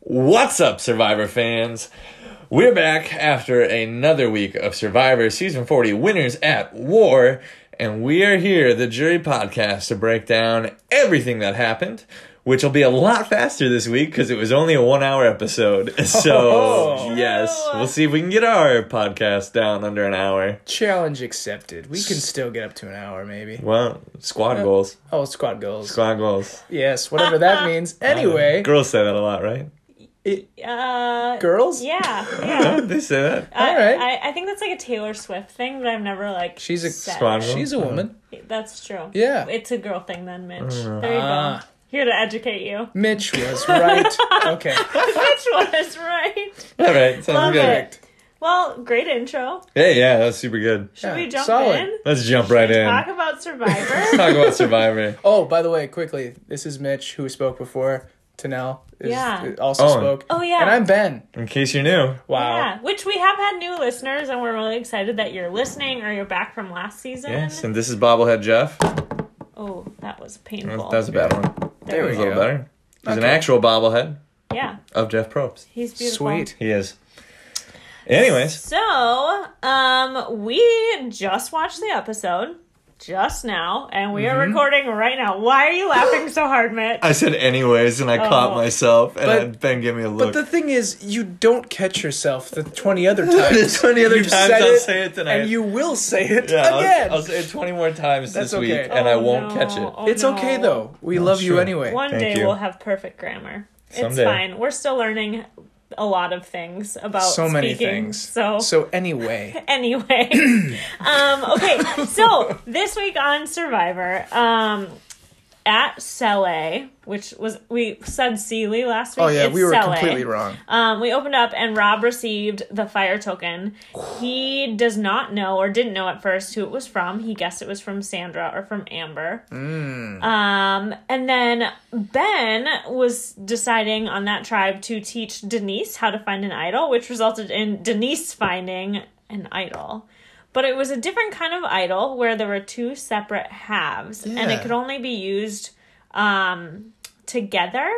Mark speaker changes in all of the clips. Speaker 1: What's up, Survivor fans? We're back after another week of Survivor Season 40 Winners at War, and we are here, the Jury Podcast, to break down everything that happened, which will be a lot faster this week because it was only a one hour episode. So,
Speaker 2: Oh.
Speaker 1: yes, we'll see if we can get our podcast down under an hour.
Speaker 2: Challenge accepted. We can still get up to an hour, maybe.
Speaker 1: Well, squad goals.
Speaker 2: Oh, squad goals.
Speaker 1: Squad goals.
Speaker 2: Yes, whatever that means. Anyway,
Speaker 1: Girls say that a lot, right?
Speaker 3: Uh,
Speaker 2: girls.
Speaker 3: Yeah, yeah.
Speaker 1: They say that.
Speaker 3: I,
Speaker 2: Alright.
Speaker 3: I, I think that's like a Taylor Swift thing, but I've never like.
Speaker 2: She's a-
Speaker 3: said
Speaker 1: Squad
Speaker 3: it.
Speaker 2: She's a woman.
Speaker 3: That's true.
Speaker 2: Yeah.
Speaker 3: It's a girl thing then, Mitch. There you go.
Speaker 2: Ah.
Speaker 3: Here to educate you.
Speaker 2: Mitch was right. Okay.
Speaker 3: Mitch was right.
Speaker 1: All right, sounds
Speaker 3: Love
Speaker 1: good.
Speaker 3: it. Well, great intro.
Speaker 1: Hey, yeah, that's super good.
Speaker 3: Should we
Speaker 2: Yeah,
Speaker 3: jump
Speaker 2: solid.
Speaker 3: in?
Speaker 1: Let's jump right in.
Speaker 3: Talk about Survivor.
Speaker 1: Talk about Survivor.
Speaker 2: Oh, by the way, quickly, this is Mitch who spoke before. Tanel is, uh,
Speaker 3: Yeah.
Speaker 2: also
Speaker 1: Oh.
Speaker 2: spoke.
Speaker 3: Oh, yeah.
Speaker 2: And I'm Ben.
Speaker 1: In case you're new.
Speaker 2: Wow.
Speaker 3: yeah, which we have had new listeners, and we're really excited that you're listening or you're back from last season.
Speaker 1: Yes, and this is Bobblehead Jeff. That
Speaker 3: Oh, that was painful.
Speaker 1: was, that was a bad one.
Speaker 2: There
Speaker 1: That was
Speaker 2: we
Speaker 1: a little
Speaker 2: go.
Speaker 1: better. He's an
Speaker 2: Okay.
Speaker 1: actual bobblehead
Speaker 3: yeah,
Speaker 1: of Jeff Probst.
Speaker 3: he's beautiful.
Speaker 2: Sweet.
Speaker 1: He is. Anyways,
Speaker 3: So, um, we just watched the episode just now, and we
Speaker 2: Mm-hmm.
Speaker 3: are recording right now. Why are you laughing so hard, Mitch?
Speaker 1: I said anyways, and I caught
Speaker 3: Oh.
Speaker 1: myself, and
Speaker 2: But-
Speaker 1: I- Ben gave me a
Speaker 2: But
Speaker 1: look.
Speaker 2: the thing is, you don't catch yourself the 20 other times.
Speaker 1: There's 20 other
Speaker 2: You've
Speaker 1: times
Speaker 2: said
Speaker 1: I'll
Speaker 2: it,
Speaker 1: say it tonight.
Speaker 2: And you will say it
Speaker 1: Yeah, I'll-
Speaker 2: again.
Speaker 1: I'll, say it 20 more times
Speaker 2: That's
Speaker 1: this week,
Speaker 2: okay.
Speaker 1: and I
Speaker 3: Oh,
Speaker 1: won't
Speaker 3: no.
Speaker 1: catch it.
Speaker 3: Oh,
Speaker 2: it's
Speaker 3: no.
Speaker 2: okay, though. We love you
Speaker 1: sure.
Speaker 2: anyway.
Speaker 3: One
Speaker 1: Thank
Speaker 3: day
Speaker 1: you.
Speaker 3: we'll have perfect grammar. It's
Speaker 1: Someday.
Speaker 3: fine. We're still learning a lot of things about
Speaker 2: so many
Speaker 3: speaking,
Speaker 2: things.
Speaker 3: So,
Speaker 2: so anyway,
Speaker 3: anyway, um, okay. So this week on Survivor, um, at Cele, which was we said Sealy last week.
Speaker 2: oh yeah,
Speaker 3: it's
Speaker 2: we were
Speaker 3: Cele.
Speaker 2: completely wrong.
Speaker 3: Um, we opened up and Rob received the fire token. He does not know or didn't know at first who it was from. He guessed it was from Sandra or from Amber. Um, and then Ben was deciding on that tribe to teach Denise how to find an idol, which resulted in Denise finding an idol. But it was a different kind of idol where there were two separate halves and
Speaker 2: Yeah.
Speaker 3: it could only be used um, together,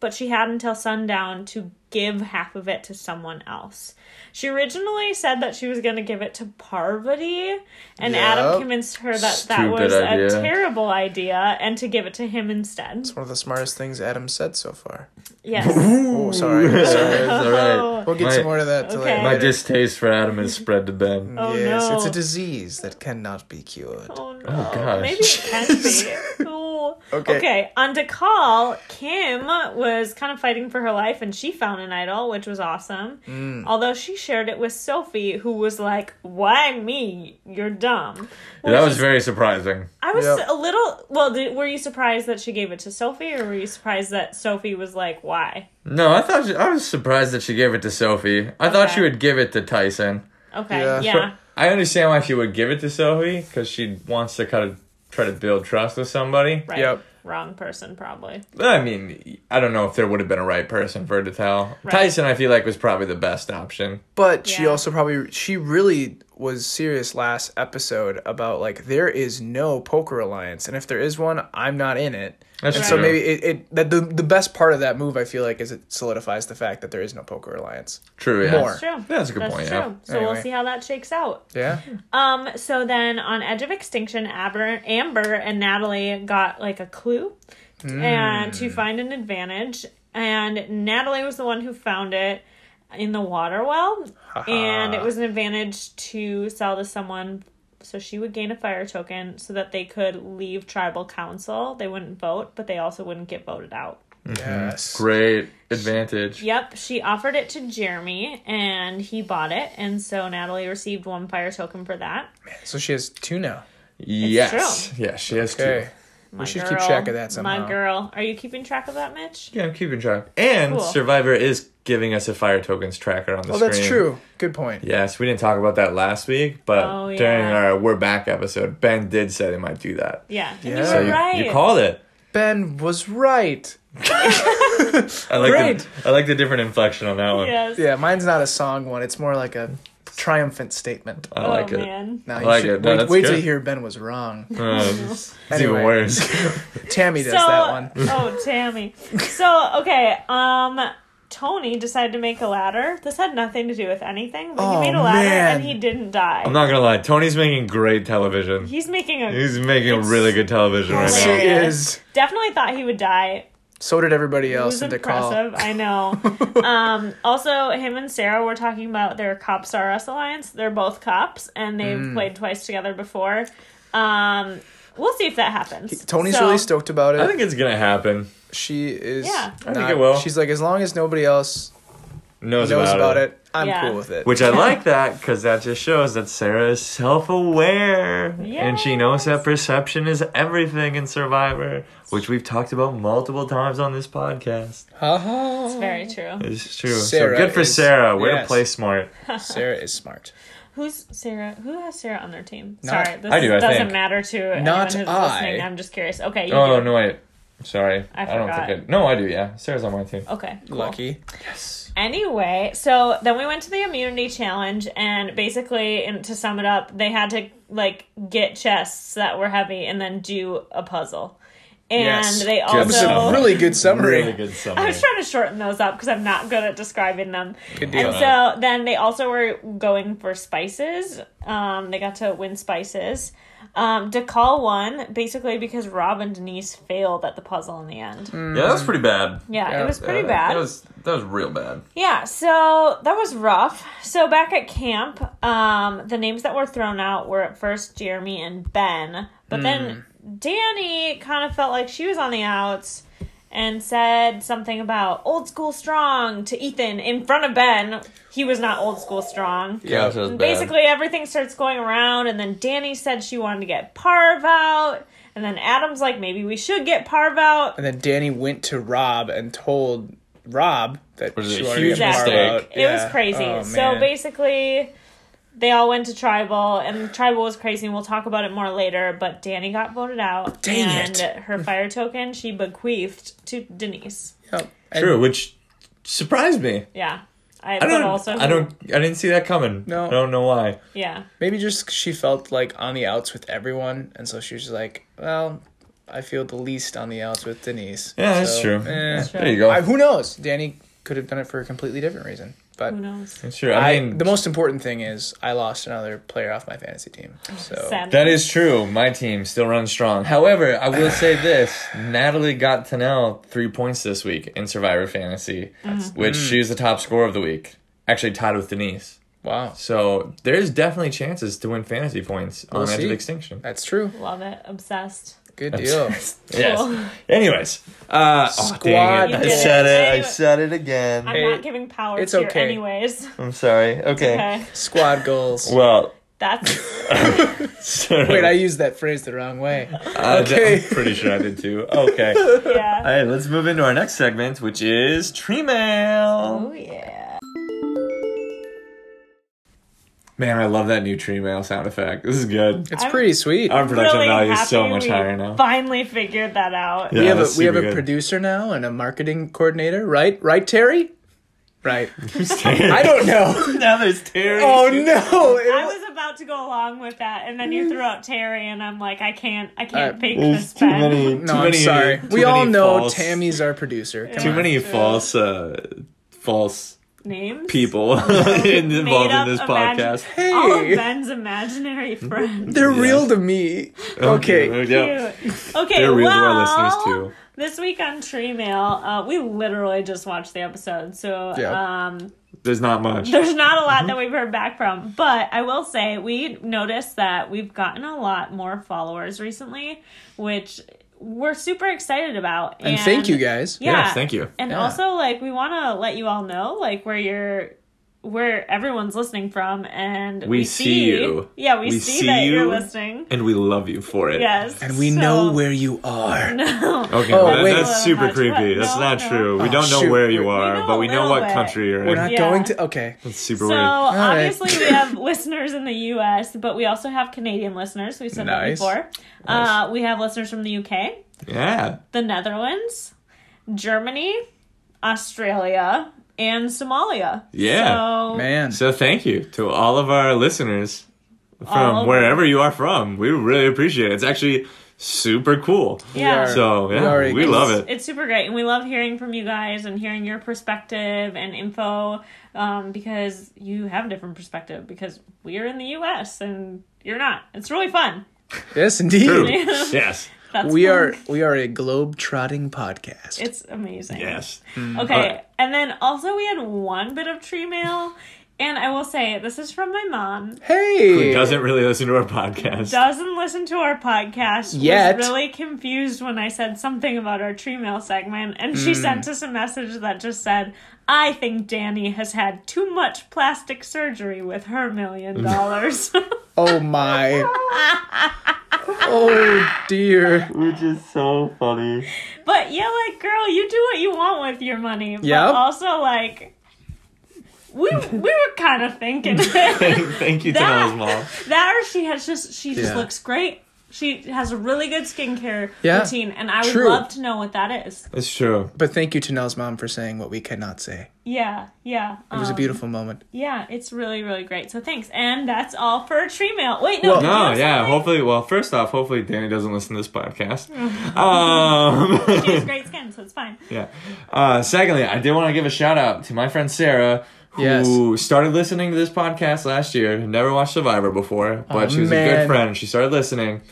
Speaker 3: but she had until sundown to give half of it to someone else. She originally said that she was going to give it to Parvati, and
Speaker 2: Yep.
Speaker 3: Adam convinced her that that
Speaker 1: Stupid
Speaker 3: was
Speaker 1: idea.
Speaker 3: a terrible idea and to give it to him instead.
Speaker 2: One of the smartest things Adam said so far.
Speaker 3: Yes.
Speaker 2: Oh, sorry. sorry.
Speaker 1: all
Speaker 2: We'll get
Speaker 1: My-
Speaker 2: some more of that to
Speaker 3: Okay.
Speaker 2: later.
Speaker 1: My distaste for Adam has spread to Ben.
Speaker 3: Oh,
Speaker 2: yes,
Speaker 3: no.
Speaker 2: it's a disease that cannot be cured.
Speaker 3: Oh no.
Speaker 1: gosh.
Speaker 3: Maybe it can be. Ooh.
Speaker 2: Okay.
Speaker 3: Okay. On to call, Kim was kind of fighting for her life and she found an idol, which was awesome.
Speaker 1: Mm.
Speaker 3: Although she shared it with Sophie, who was like, Why me? You're dumb.
Speaker 1: that was very surprising.
Speaker 3: I was
Speaker 2: Yep.
Speaker 3: a little. Well, th- were you surprised that she gave it to Sophie or were you surprised that Sophie was like, Why?
Speaker 1: No, I thought she, I was surprised that she gave it to Sophie. I thought
Speaker 3: Okay.
Speaker 1: she would give it to Tyson.
Speaker 3: Okay.
Speaker 2: Yeah.
Speaker 3: Yeah.
Speaker 1: I understand why she would give it to Sophie because she wants to kind of try to build trust with somebody.
Speaker 3: Right.
Speaker 2: Yep.
Speaker 3: Wrong person, probably.
Speaker 1: But, I mean, I don't know if there would have been a right person for her to tell.
Speaker 3: Right.
Speaker 1: Tyson, I feel like, was probably the best option.
Speaker 2: But she
Speaker 3: Yeah.
Speaker 2: also probably she really was serious last episode about like there is no poker alliance, and if there is one, I'm not in it.
Speaker 1: That's
Speaker 2: and so
Speaker 1: true.
Speaker 2: maybe it, it that the the best part of that move I feel like is it solidifies the fact that there is no poker alliance.
Speaker 1: True, yeah.
Speaker 2: More.
Speaker 3: It's true.
Speaker 1: That's a good point, yeah.
Speaker 3: So
Speaker 2: Anyway.
Speaker 3: we'll see how that shakes out.
Speaker 2: Yeah.
Speaker 3: Um, so then on Edge of Extinction, Aber, Amber and Natalie got like a clue and to find an advantage. And Natalie was the one who found it in the water well. and it was an advantage to sell to someone so she would gain a fire token so that they could leave tribal council. They wouldn't vote, but they also wouldn't get voted out.
Speaker 2: Yes.
Speaker 1: Mm-hmm. Great advantage.
Speaker 3: Yep, she offered it to Jeremy and he bought it. And so Natalie received one fire token for that.
Speaker 2: So she has two now.
Speaker 1: Yes. Yeah, she has
Speaker 2: Okay.
Speaker 1: two.
Speaker 3: My
Speaker 2: should keep track of that somehow.
Speaker 3: My girl. Are you keeping track of that, Mitch?
Speaker 1: Yeah, I'm keeping track. And
Speaker 3: Cool.
Speaker 1: Survivor is giving us a fire tokens tracker on the
Speaker 2: Oh,
Speaker 1: screen.
Speaker 2: that's true. Good point.
Speaker 1: Yes, we didn't talk about that last week, but
Speaker 3: Oh, yeah.
Speaker 1: during our We're Back episode, Ben did say they might do that.
Speaker 3: Yeah. And
Speaker 2: Yeah.
Speaker 3: you
Speaker 2: So
Speaker 3: were
Speaker 1: You-
Speaker 3: right.
Speaker 1: You called it.
Speaker 2: Ben was right.
Speaker 1: I like
Speaker 2: Great.
Speaker 1: the I like the different inflection on that one.
Speaker 3: yes.
Speaker 2: Yeah, mine's not a song one. It's more like a triumphant statement.
Speaker 1: I
Speaker 3: Oh,
Speaker 1: like it.
Speaker 3: man.
Speaker 2: Now
Speaker 1: I
Speaker 2: you
Speaker 1: like
Speaker 2: should
Speaker 1: it. No,
Speaker 2: wait,
Speaker 1: that's
Speaker 2: wait till
Speaker 1: good.
Speaker 2: you hear Ben was wrong.
Speaker 1: Um, it's
Speaker 2: Anyway.
Speaker 1: even worse.
Speaker 2: Tammy does
Speaker 3: so,
Speaker 2: that one.
Speaker 3: oh, Tammy. So, okay. Um, Tony decided to make a ladder. This had nothing to do with anything, but
Speaker 2: Oh,
Speaker 3: he made a ladder
Speaker 2: man.
Speaker 3: and he didn't die.
Speaker 1: I'm not gonna lie, Tony's making great television.
Speaker 3: He's making a.
Speaker 1: He's making really good television right
Speaker 2: She
Speaker 1: now.
Speaker 3: hilarious.
Speaker 2: is.
Speaker 3: definitely thought he would die.
Speaker 2: So did everybody
Speaker 3: It
Speaker 2: else
Speaker 3: was
Speaker 2: in the call.
Speaker 3: impressive. I know. um, also, him and Sarah were talking about their Cops R Us alliance. They're both cops, and they've
Speaker 2: Hmm.
Speaker 3: played twice together before. Um, we'll see if that happens.
Speaker 2: Tony's
Speaker 3: So-
Speaker 2: really stoked about it.
Speaker 1: I think it's gonna happen.
Speaker 2: she is.
Speaker 3: Yeah. I
Speaker 1: think
Speaker 2: not-
Speaker 1: it will.
Speaker 2: She's like, as long as nobody else
Speaker 1: Knows,
Speaker 2: knows
Speaker 1: about,
Speaker 2: about
Speaker 1: it.
Speaker 2: it, I'm
Speaker 3: Yeah.
Speaker 2: cool with it.
Speaker 1: Which I like that because that just shows that Sarah is self aware. And she knows that perception is everything in Survivor, which we've talked about multiple times on this podcast.
Speaker 2: Ha-ha.
Speaker 3: Very true.
Speaker 1: It's true.
Speaker 2: Sarah
Speaker 1: so good for
Speaker 2: is-
Speaker 1: Sarah. Way to
Speaker 2: yes.
Speaker 1: play smart.
Speaker 2: Sarah is smart.
Speaker 3: Who's Sarah? Who has Sarah on their team?
Speaker 2: Not-
Speaker 3: Sorry, this
Speaker 1: I do, I
Speaker 3: doesn't
Speaker 1: think.
Speaker 3: matter to
Speaker 2: Not
Speaker 3: anyone who's
Speaker 2: I.
Speaker 3: listening. I'm just curious. Okay, you
Speaker 1: Oh,
Speaker 3: do.
Speaker 1: no, wait. Sorry.
Speaker 3: I
Speaker 1: don't
Speaker 3: forgot.
Speaker 1: think I. No, I do, yeah. Sarah's on my team.
Speaker 3: Okay, cool.
Speaker 2: Lucky.
Speaker 3: Anyway, so then we went to the immunity challenge, and basically, and to sum it up, they had to like get chests that were heavy and then do a puzzle. And
Speaker 2: Yes.
Speaker 3: they
Speaker 1: Good
Speaker 2: That's
Speaker 1: So-
Speaker 2: a
Speaker 3: also.
Speaker 2: really good summary.
Speaker 1: Really good
Speaker 3: I
Speaker 1: summary.
Speaker 3: was trying to shorten those up because I'm not good at describing them.
Speaker 2: Good deal.
Speaker 3: And so then they also were going for spices. Um, they got to win spices. Um, DeCall won basically because Rob and Denise failed at the puzzle in the end.
Speaker 1: Yeah, that was pretty bad.
Speaker 3: Yeah,
Speaker 2: Yeah,
Speaker 3: it was
Speaker 1: Mm.
Speaker 3: pretty
Speaker 1: Yeah, uh,
Speaker 3: bad.
Speaker 1: That was, that was real bad.
Speaker 3: Yeah, so that was rough. So back at camp, um, the names that were thrown out were at first Jeremy and Ben, but then Danny kind of felt like she was on the outs and said something about old school strong to Ethan in front of Ben. He was not old school strong.
Speaker 1: Yeah, that was bad.
Speaker 3: Basically, everything starts going around, and then Danny said she wanted to get Parv out, and then Adam's like, maybe we should get Parv out.
Speaker 2: And then Danny went to Rob and told Rob that
Speaker 1: Which is
Speaker 2: she
Speaker 1: a
Speaker 2: wanted
Speaker 1: huge
Speaker 2: to get Barb
Speaker 1: mistake.
Speaker 2: out.
Speaker 3: It
Speaker 2: Yeah.
Speaker 3: was crazy.
Speaker 2: Oh,
Speaker 3: so
Speaker 2: man.
Speaker 3: basically, they all went to tribal, and tribal was crazy. And we'll talk about it more later. But Danny got voted out,
Speaker 2: Dang
Speaker 3: and
Speaker 2: it.
Speaker 3: her fire token she bequeathed to Denise.
Speaker 2: Yep. And-
Speaker 1: True, which surprised me.
Speaker 3: Yeah, I,
Speaker 1: I
Speaker 3: but
Speaker 1: don't.
Speaker 3: also
Speaker 1: I don't. I didn't see that coming.
Speaker 2: No.
Speaker 1: I don't know why.
Speaker 3: Yeah,
Speaker 2: Maybe just she felt like on the outs with everyone, and so she was just like, "Well, I feel the least on the outs with Denise."
Speaker 1: Yeah, that's
Speaker 2: So,
Speaker 1: true.
Speaker 2: eh.
Speaker 1: Yeah,
Speaker 3: true.
Speaker 1: There you go.
Speaker 2: I, who knows? Danny could have done it for a completely different reason, but
Speaker 3: who knows?
Speaker 1: That's true. I,
Speaker 2: I,
Speaker 1: mean,
Speaker 2: the most important thing is I lost another player off my fantasy team. So
Speaker 3: Oh, Sad.
Speaker 1: that is true. My team still runs strong. However, I will say this: Natalie got to know three points this week in Survivor Fantasy,
Speaker 2: Mm.
Speaker 1: which she's the top scorer of the week. Actually, tied with Denise.
Speaker 2: wow,
Speaker 1: So there's definitely chances to win fantasy points on
Speaker 2: We'll
Speaker 1: Edge of
Speaker 2: see.
Speaker 1: Extinction.
Speaker 2: that's true.
Speaker 3: Love it. Obsessed.
Speaker 2: Good deal.
Speaker 3: Cool.
Speaker 1: Yes. Anyways, uh, oh,
Speaker 2: Squad.
Speaker 1: dang
Speaker 2: You
Speaker 1: it. I
Speaker 2: did it.
Speaker 1: said it. I
Speaker 3: Anyway.
Speaker 1: said it again.
Speaker 3: I'm
Speaker 2: Hey,
Speaker 3: not giving power
Speaker 2: it's
Speaker 3: to your
Speaker 2: okay.
Speaker 3: anyways.
Speaker 1: I'm sorry. Okay.
Speaker 3: Okay.
Speaker 2: Squad goals.
Speaker 1: Well,
Speaker 3: That's
Speaker 2: Wait, I used that phrase the wrong way. Okay.
Speaker 1: I'm pretty sure I did too. Okay.
Speaker 3: yeah.
Speaker 1: All right, let's move into our next segment, which is tree mail.
Speaker 3: oh yeah.
Speaker 1: Man, I love that new tree mail sound effect. This is good.
Speaker 2: It's
Speaker 3: I'm
Speaker 2: pretty sweet.
Speaker 1: Our production
Speaker 3: really
Speaker 1: value is so
Speaker 3: happy
Speaker 1: much
Speaker 3: we
Speaker 1: higher now.
Speaker 3: Finally figured that out.
Speaker 1: Yeah,
Speaker 2: we have a
Speaker 1: that's
Speaker 2: we have
Speaker 1: super
Speaker 2: a
Speaker 1: good.
Speaker 2: producer now and a marketing coordinator, right? Right, Terry? Right. I don't know.
Speaker 1: now there's Terry.
Speaker 2: Oh no!
Speaker 3: I was about to go along with that, and then you threw out Terry, and I'm like, I can't, I can't
Speaker 2: Uh,
Speaker 3: fake
Speaker 1: There's
Speaker 3: this.
Speaker 1: too
Speaker 3: Ben.
Speaker 1: many. too
Speaker 2: no, I'm
Speaker 1: many-
Speaker 2: sorry.
Speaker 1: too
Speaker 2: We all
Speaker 1: many
Speaker 2: know
Speaker 1: false-
Speaker 2: Tammy's our producer. Come
Speaker 1: Too
Speaker 2: on.
Speaker 1: many false, uh, false
Speaker 3: names.
Speaker 1: people in- involved in
Speaker 3: up
Speaker 1: this
Speaker 3: imagine-
Speaker 1: podcast.
Speaker 3: All of
Speaker 2: Hey.
Speaker 3: Ben's imaginary friends.
Speaker 2: They're real to me. Okay.
Speaker 1: Yeah.
Speaker 3: Cute. Okay,
Speaker 1: They're real to
Speaker 3: well,
Speaker 1: our listeners too.
Speaker 3: this week on Tree Mail, uh, we literally just watched the episode, so
Speaker 2: Yeah.
Speaker 3: um,
Speaker 1: There's not much.
Speaker 3: there's not a
Speaker 1: Mm-hmm.
Speaker 3: lot that we've heard back from. But I will say we noticed that we've gotten a lot more followers recently, which we're super excited about.
Speaker 2: And thank you guys.
Speaker 3: Yeah.
Speaker 1: Yes, thank you.
Speaker 3: And
Speaker 2: Yeah.
Speaker 3: also, like, we want to let you all know, like, where you're, where everyone's listening from, and
Speaker 1: We see you.
Speaker 3: Yeah, we,
Speaker 1: We
Speaker 3: see,
Speaker 1: see
Speaker 3: that you. are
Speaker 1: you.
Speaker 3: listening.
Speaker 1: And we love you for it.
Speaker 3: Yes.
Speaker 2: And we
Speaker 3: so-
Speaker 2: know where you are.
Speaker 1: Okay,
Speaker 2: Oh,
Speaker 1: that-
Speaker 2: wait. Oh,
Speaker 1: that's super
Speaker 3: Not much.
Speaker 1: creepy.
Speaker 3: No,
Speaker 1: That's not
Speaker 3: no.
Speaker 1: true. We don't know
Speaker 2: shoot.
Speaker 1: where you
Speaker 2: We
Speaker 1: are,
Speaker 3: know
Speaker 1: but
Speaker 3: a
Speaker 1: we know
Speaker 3: little
Speaker 1: what
Speaker 3: bit.
Speaker 1: country you're
Speaker 2: We're
Speaker 1: in.
Speaker 2: not
Speaker 3: Yeah.
Speaker 2: going to. Okay.
Speaker 1: That's super
Speaker 3: So
Speaker 1: weird.
Speaker 2: right.
Speaker 3: obviously we have listeners in the U.S., but we also have Canadian listeners. We said
Speaker 2: Nice.
Speaker 3: that before. Uh, we have listeners from the U.K.,
Speaker 1: Yeah.
Speaker 3: the Netherlands, Germany, Australia, and Somalia.
Speaker 1: Yeah.
Speaker 3: So
Speaker 2: Man.
Speaker 1: So thank you to all of our listeners
Speaker 3: All
Speaker 1: from
Speaker 3: of
Speaker 1: wherever you are from. We really appreciate it. It's actually super cool.
Speaker 3: Yeah.
Speaker 2: We are-
Speaker 1: So
Speaker 2: we
Speaker 1: yeah,
Speaker 2: already-
Speaker 1: we love it.
Speaker 3: It's super great, and we love hearing from you guys and hearing your perspective and info um, because you have a different perspective because we are in the U.S. and you're not. It's really fun.
Speaker 2: Yes, indeed.
Speaker 1: True. Yes.
Speaker 3: That's
Speaker 2: We
Speaker 3: fun.
Speaker 2: are we are a globe trotting podcast.
Speaker 3: It's amazing.
Speaker 1: Yes.
Speaker 3: Okay,
Speaker 1: Alright.
Speaker 3: and then also we had one bit of tree mail, and I will say this is from my mom.
Speaker 2: hey,
Speaker 1: Who doesn't really listen to our podcast?
Speaker 3: Doesn't listen to our podcast.
Speaker 2: Yet.
Speaker 3: Was really confused when I said something about our tree mail segment, and she sent
Speaker 2: Mm.
Speaker 3: us a message that just said, "I think Danny has had too much plastic surgery with her million
Speaker 2: Mm.
Speaker 3: dollars."
Speaker 2: Oh my. oh dear.
Speaker 1: Which is so funny.
Speaker 3: But yeah, like girl, you do what you want with your money. But
Speaker 2: Yep.
Speaker 3: also like we we were kind of thinking that
Speaker 1: Thank you,
Speaker 3: That-
Speaker 1: Tana's mom.
Speaker 3: or she has just she just
Speaker 2: Yeah.
Speaker 3: looks great. She has a really good skincare
Speaker 2: Yeah.
Speaker 3: routine and I would
Speaker 2: True.
Speaker 3: love to know what that is.
Speaker 1: It's true.
Speaker 2: But thank you to Nell's mom for saying what we cannot say.
Speaker 3: Yeah, yeah.
Speaker 2: It was a
Speaker 3: um,
Speaker 2: beautiful moment.
Speaker 3: Yeah, it's really really great. So thanks. And that's all for tree mail. Wait, no.
Speaker 2: Well-
Speaker 3: did you
Speaker 1: No,
Speaker 3: have
Speaker 1: yeah.
Speaker 3: something?
Speaker 1: Hopefully, well, first off, hopefully Danny doesn't listen to this podcast.
Speaker 3: Mm-hmm.
Speaker 1: um,
Speaker 3: She has great skin, so it's fine.
Speaker 1: yeah. Uh, secondly, I did want to give a shout out to my friend Sarah, who started listening to this podcast last year. Never watched Survivor before, but
Speaker 2: Aw,
Speaker 1: she was a
Speaker 2: Oh, man.
Speaker 1: good friend. She started listening,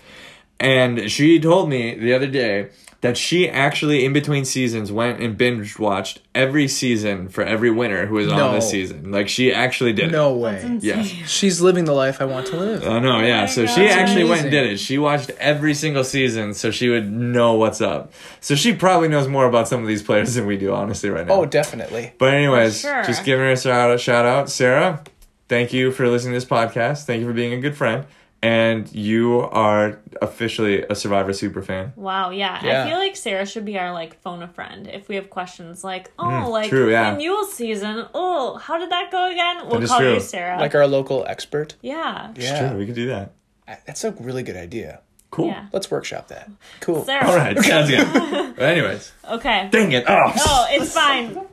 Speaker 1: and she told me the other day that she actually, in between seasons, went and binge watched every season for every winner who was
Speaker 2: No.
Speaker 1: on this season. Like she actually did. it.
Speaker 2: No way.
Speaker 1: Yes.
Speaker 2: She's living the life I want to live.
Speaker 1: I know, yeah.
Speaker 3: Oh my
Speaker 1: So
Speaker 3: God.
Speaker 1: she
Speaker 3: That's
Speaker 1: actually went and
Speaker 2: amazing.
Speaker 1: did it. She watched every single season, so she would know what's up. So she probably knows more about some of these players than we do, honestly, right now.
Speaker 2: Oh, definitely.
Speaker 1: but anyways,
Speaker 3: For sure.
Speaker 1: just giving her a shout out, shout out, Sarah. Thank you for listening to this podcast. Thank you for being a good friend, and you are officially a Survivor super fan.
Speaker 3: Wow, yeah.
Speaker 2: Yeah.
Speaker 3: I feel like Sarah should be our like phone a friend if we have questions like, oh, like
Speaker 1: Mm, true, yeah.
Speaker 3: renewal season. Oh, how did that go again? We'll
Speaker 1: is
Speaker 3: call you
Speaker 1: true.
Speaker 3: Sarah.
Speaker 2: Like our local expert.
Speaker 3: yeah.
Speaker 1: Yeah, we could do that.
Speaker 2: I- That's a really good idea.
Speaker 1: Cool.
Speaker 3: Yeah.
Speaker 2: Let's workshop that. Cool.
Speaker 3: Sarah.
Speaker 1: All right, sounds good. but anyways,
Speaker 3: Okay.
Speaker 1: dang it! Oh,
Speaker 3: Oh, it's fine.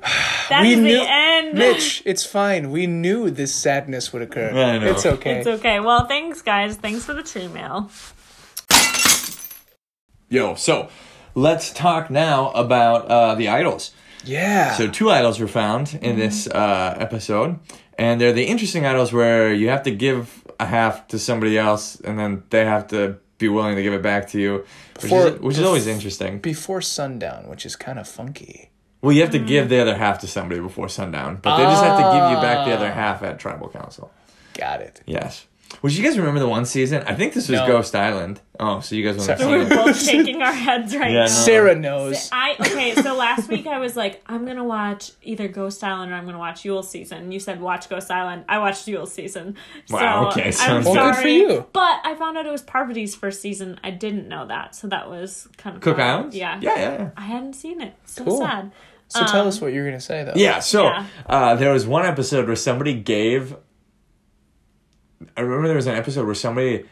Speaker 3: That is
Speaker 2: We knew-
Speaker 3: the end.
Speaker 2: Mitch, it's fine. We knew this sadness would occur.
Speaker 1: I know.
Speaker 2: It's okay.
Speaker 3: It's okay. Well, thanks guys. Thanks for the tree mail.
Speaker 1: yo. So let's talk now about uh, the idols.
Speaker 2: yeah.
Speaker 1: So two idols were found in this uh, episode, and they're the interesting idols where you have to give a half to somebody else, and then they have to be willing to give it back to you, which
Speaker 2: Before-
Speaker 1: is which is always interesting.
Speaker 2: Before sundown, which is kind of funky.
Speaker 1: Well, you have to give the other half to somebody before sundown, but they just have to give you back the other half at tribal council.
Speaker 2: Got it.
Speaker 1: Yes. Would you guys remember the one season? I think this was
Speaker 2: No.
Speaker 1: Ghost Island. Oh, so you guys want
Speaker 2: Sorry.
Speaker 3: We're
Speaker 1: to
Speaker 3: both shaking our heads right
Speaker 1: Yeah,
Speaker 3: now.
Speaker 1: no.
Speaker 2: Sarah knows.
Speaker 3: I okay, so last week I was like, I'm gonna watch either Ghost Island or I'm gonna watch Yule Season. You said watch Ghost Island. I watched Yule Season.
Speaker 1: Wow,
Speaker 3: so
Speaker 1: okay,
Speaker 3: I'm
Speaker 1: sounds
Speaker 3: sorry,
Speaker 1: good.
Speaker 2: Well, good for you.
Speaker 3: But I found out it was Parvati's first season. I didn't know that, so that was kind of
Speaker 1: Cook
Speaker 3: fun.
Speaker 1: Islands?
Speaker 3: Yeah,
Speaker 1: Yeah, yeah, yeah.
Speaker 3: I hadn't seen it. So
Speaker 2: Cool.
Speaker 3: sad.
Speaker 2: So tell us what you're going to say, though.
Speaker 1: Yeah, so
Speaker 3: Yeah.
Speaker 1: Uh, there was one episode where somebody gave. I remember there was an episode where somebody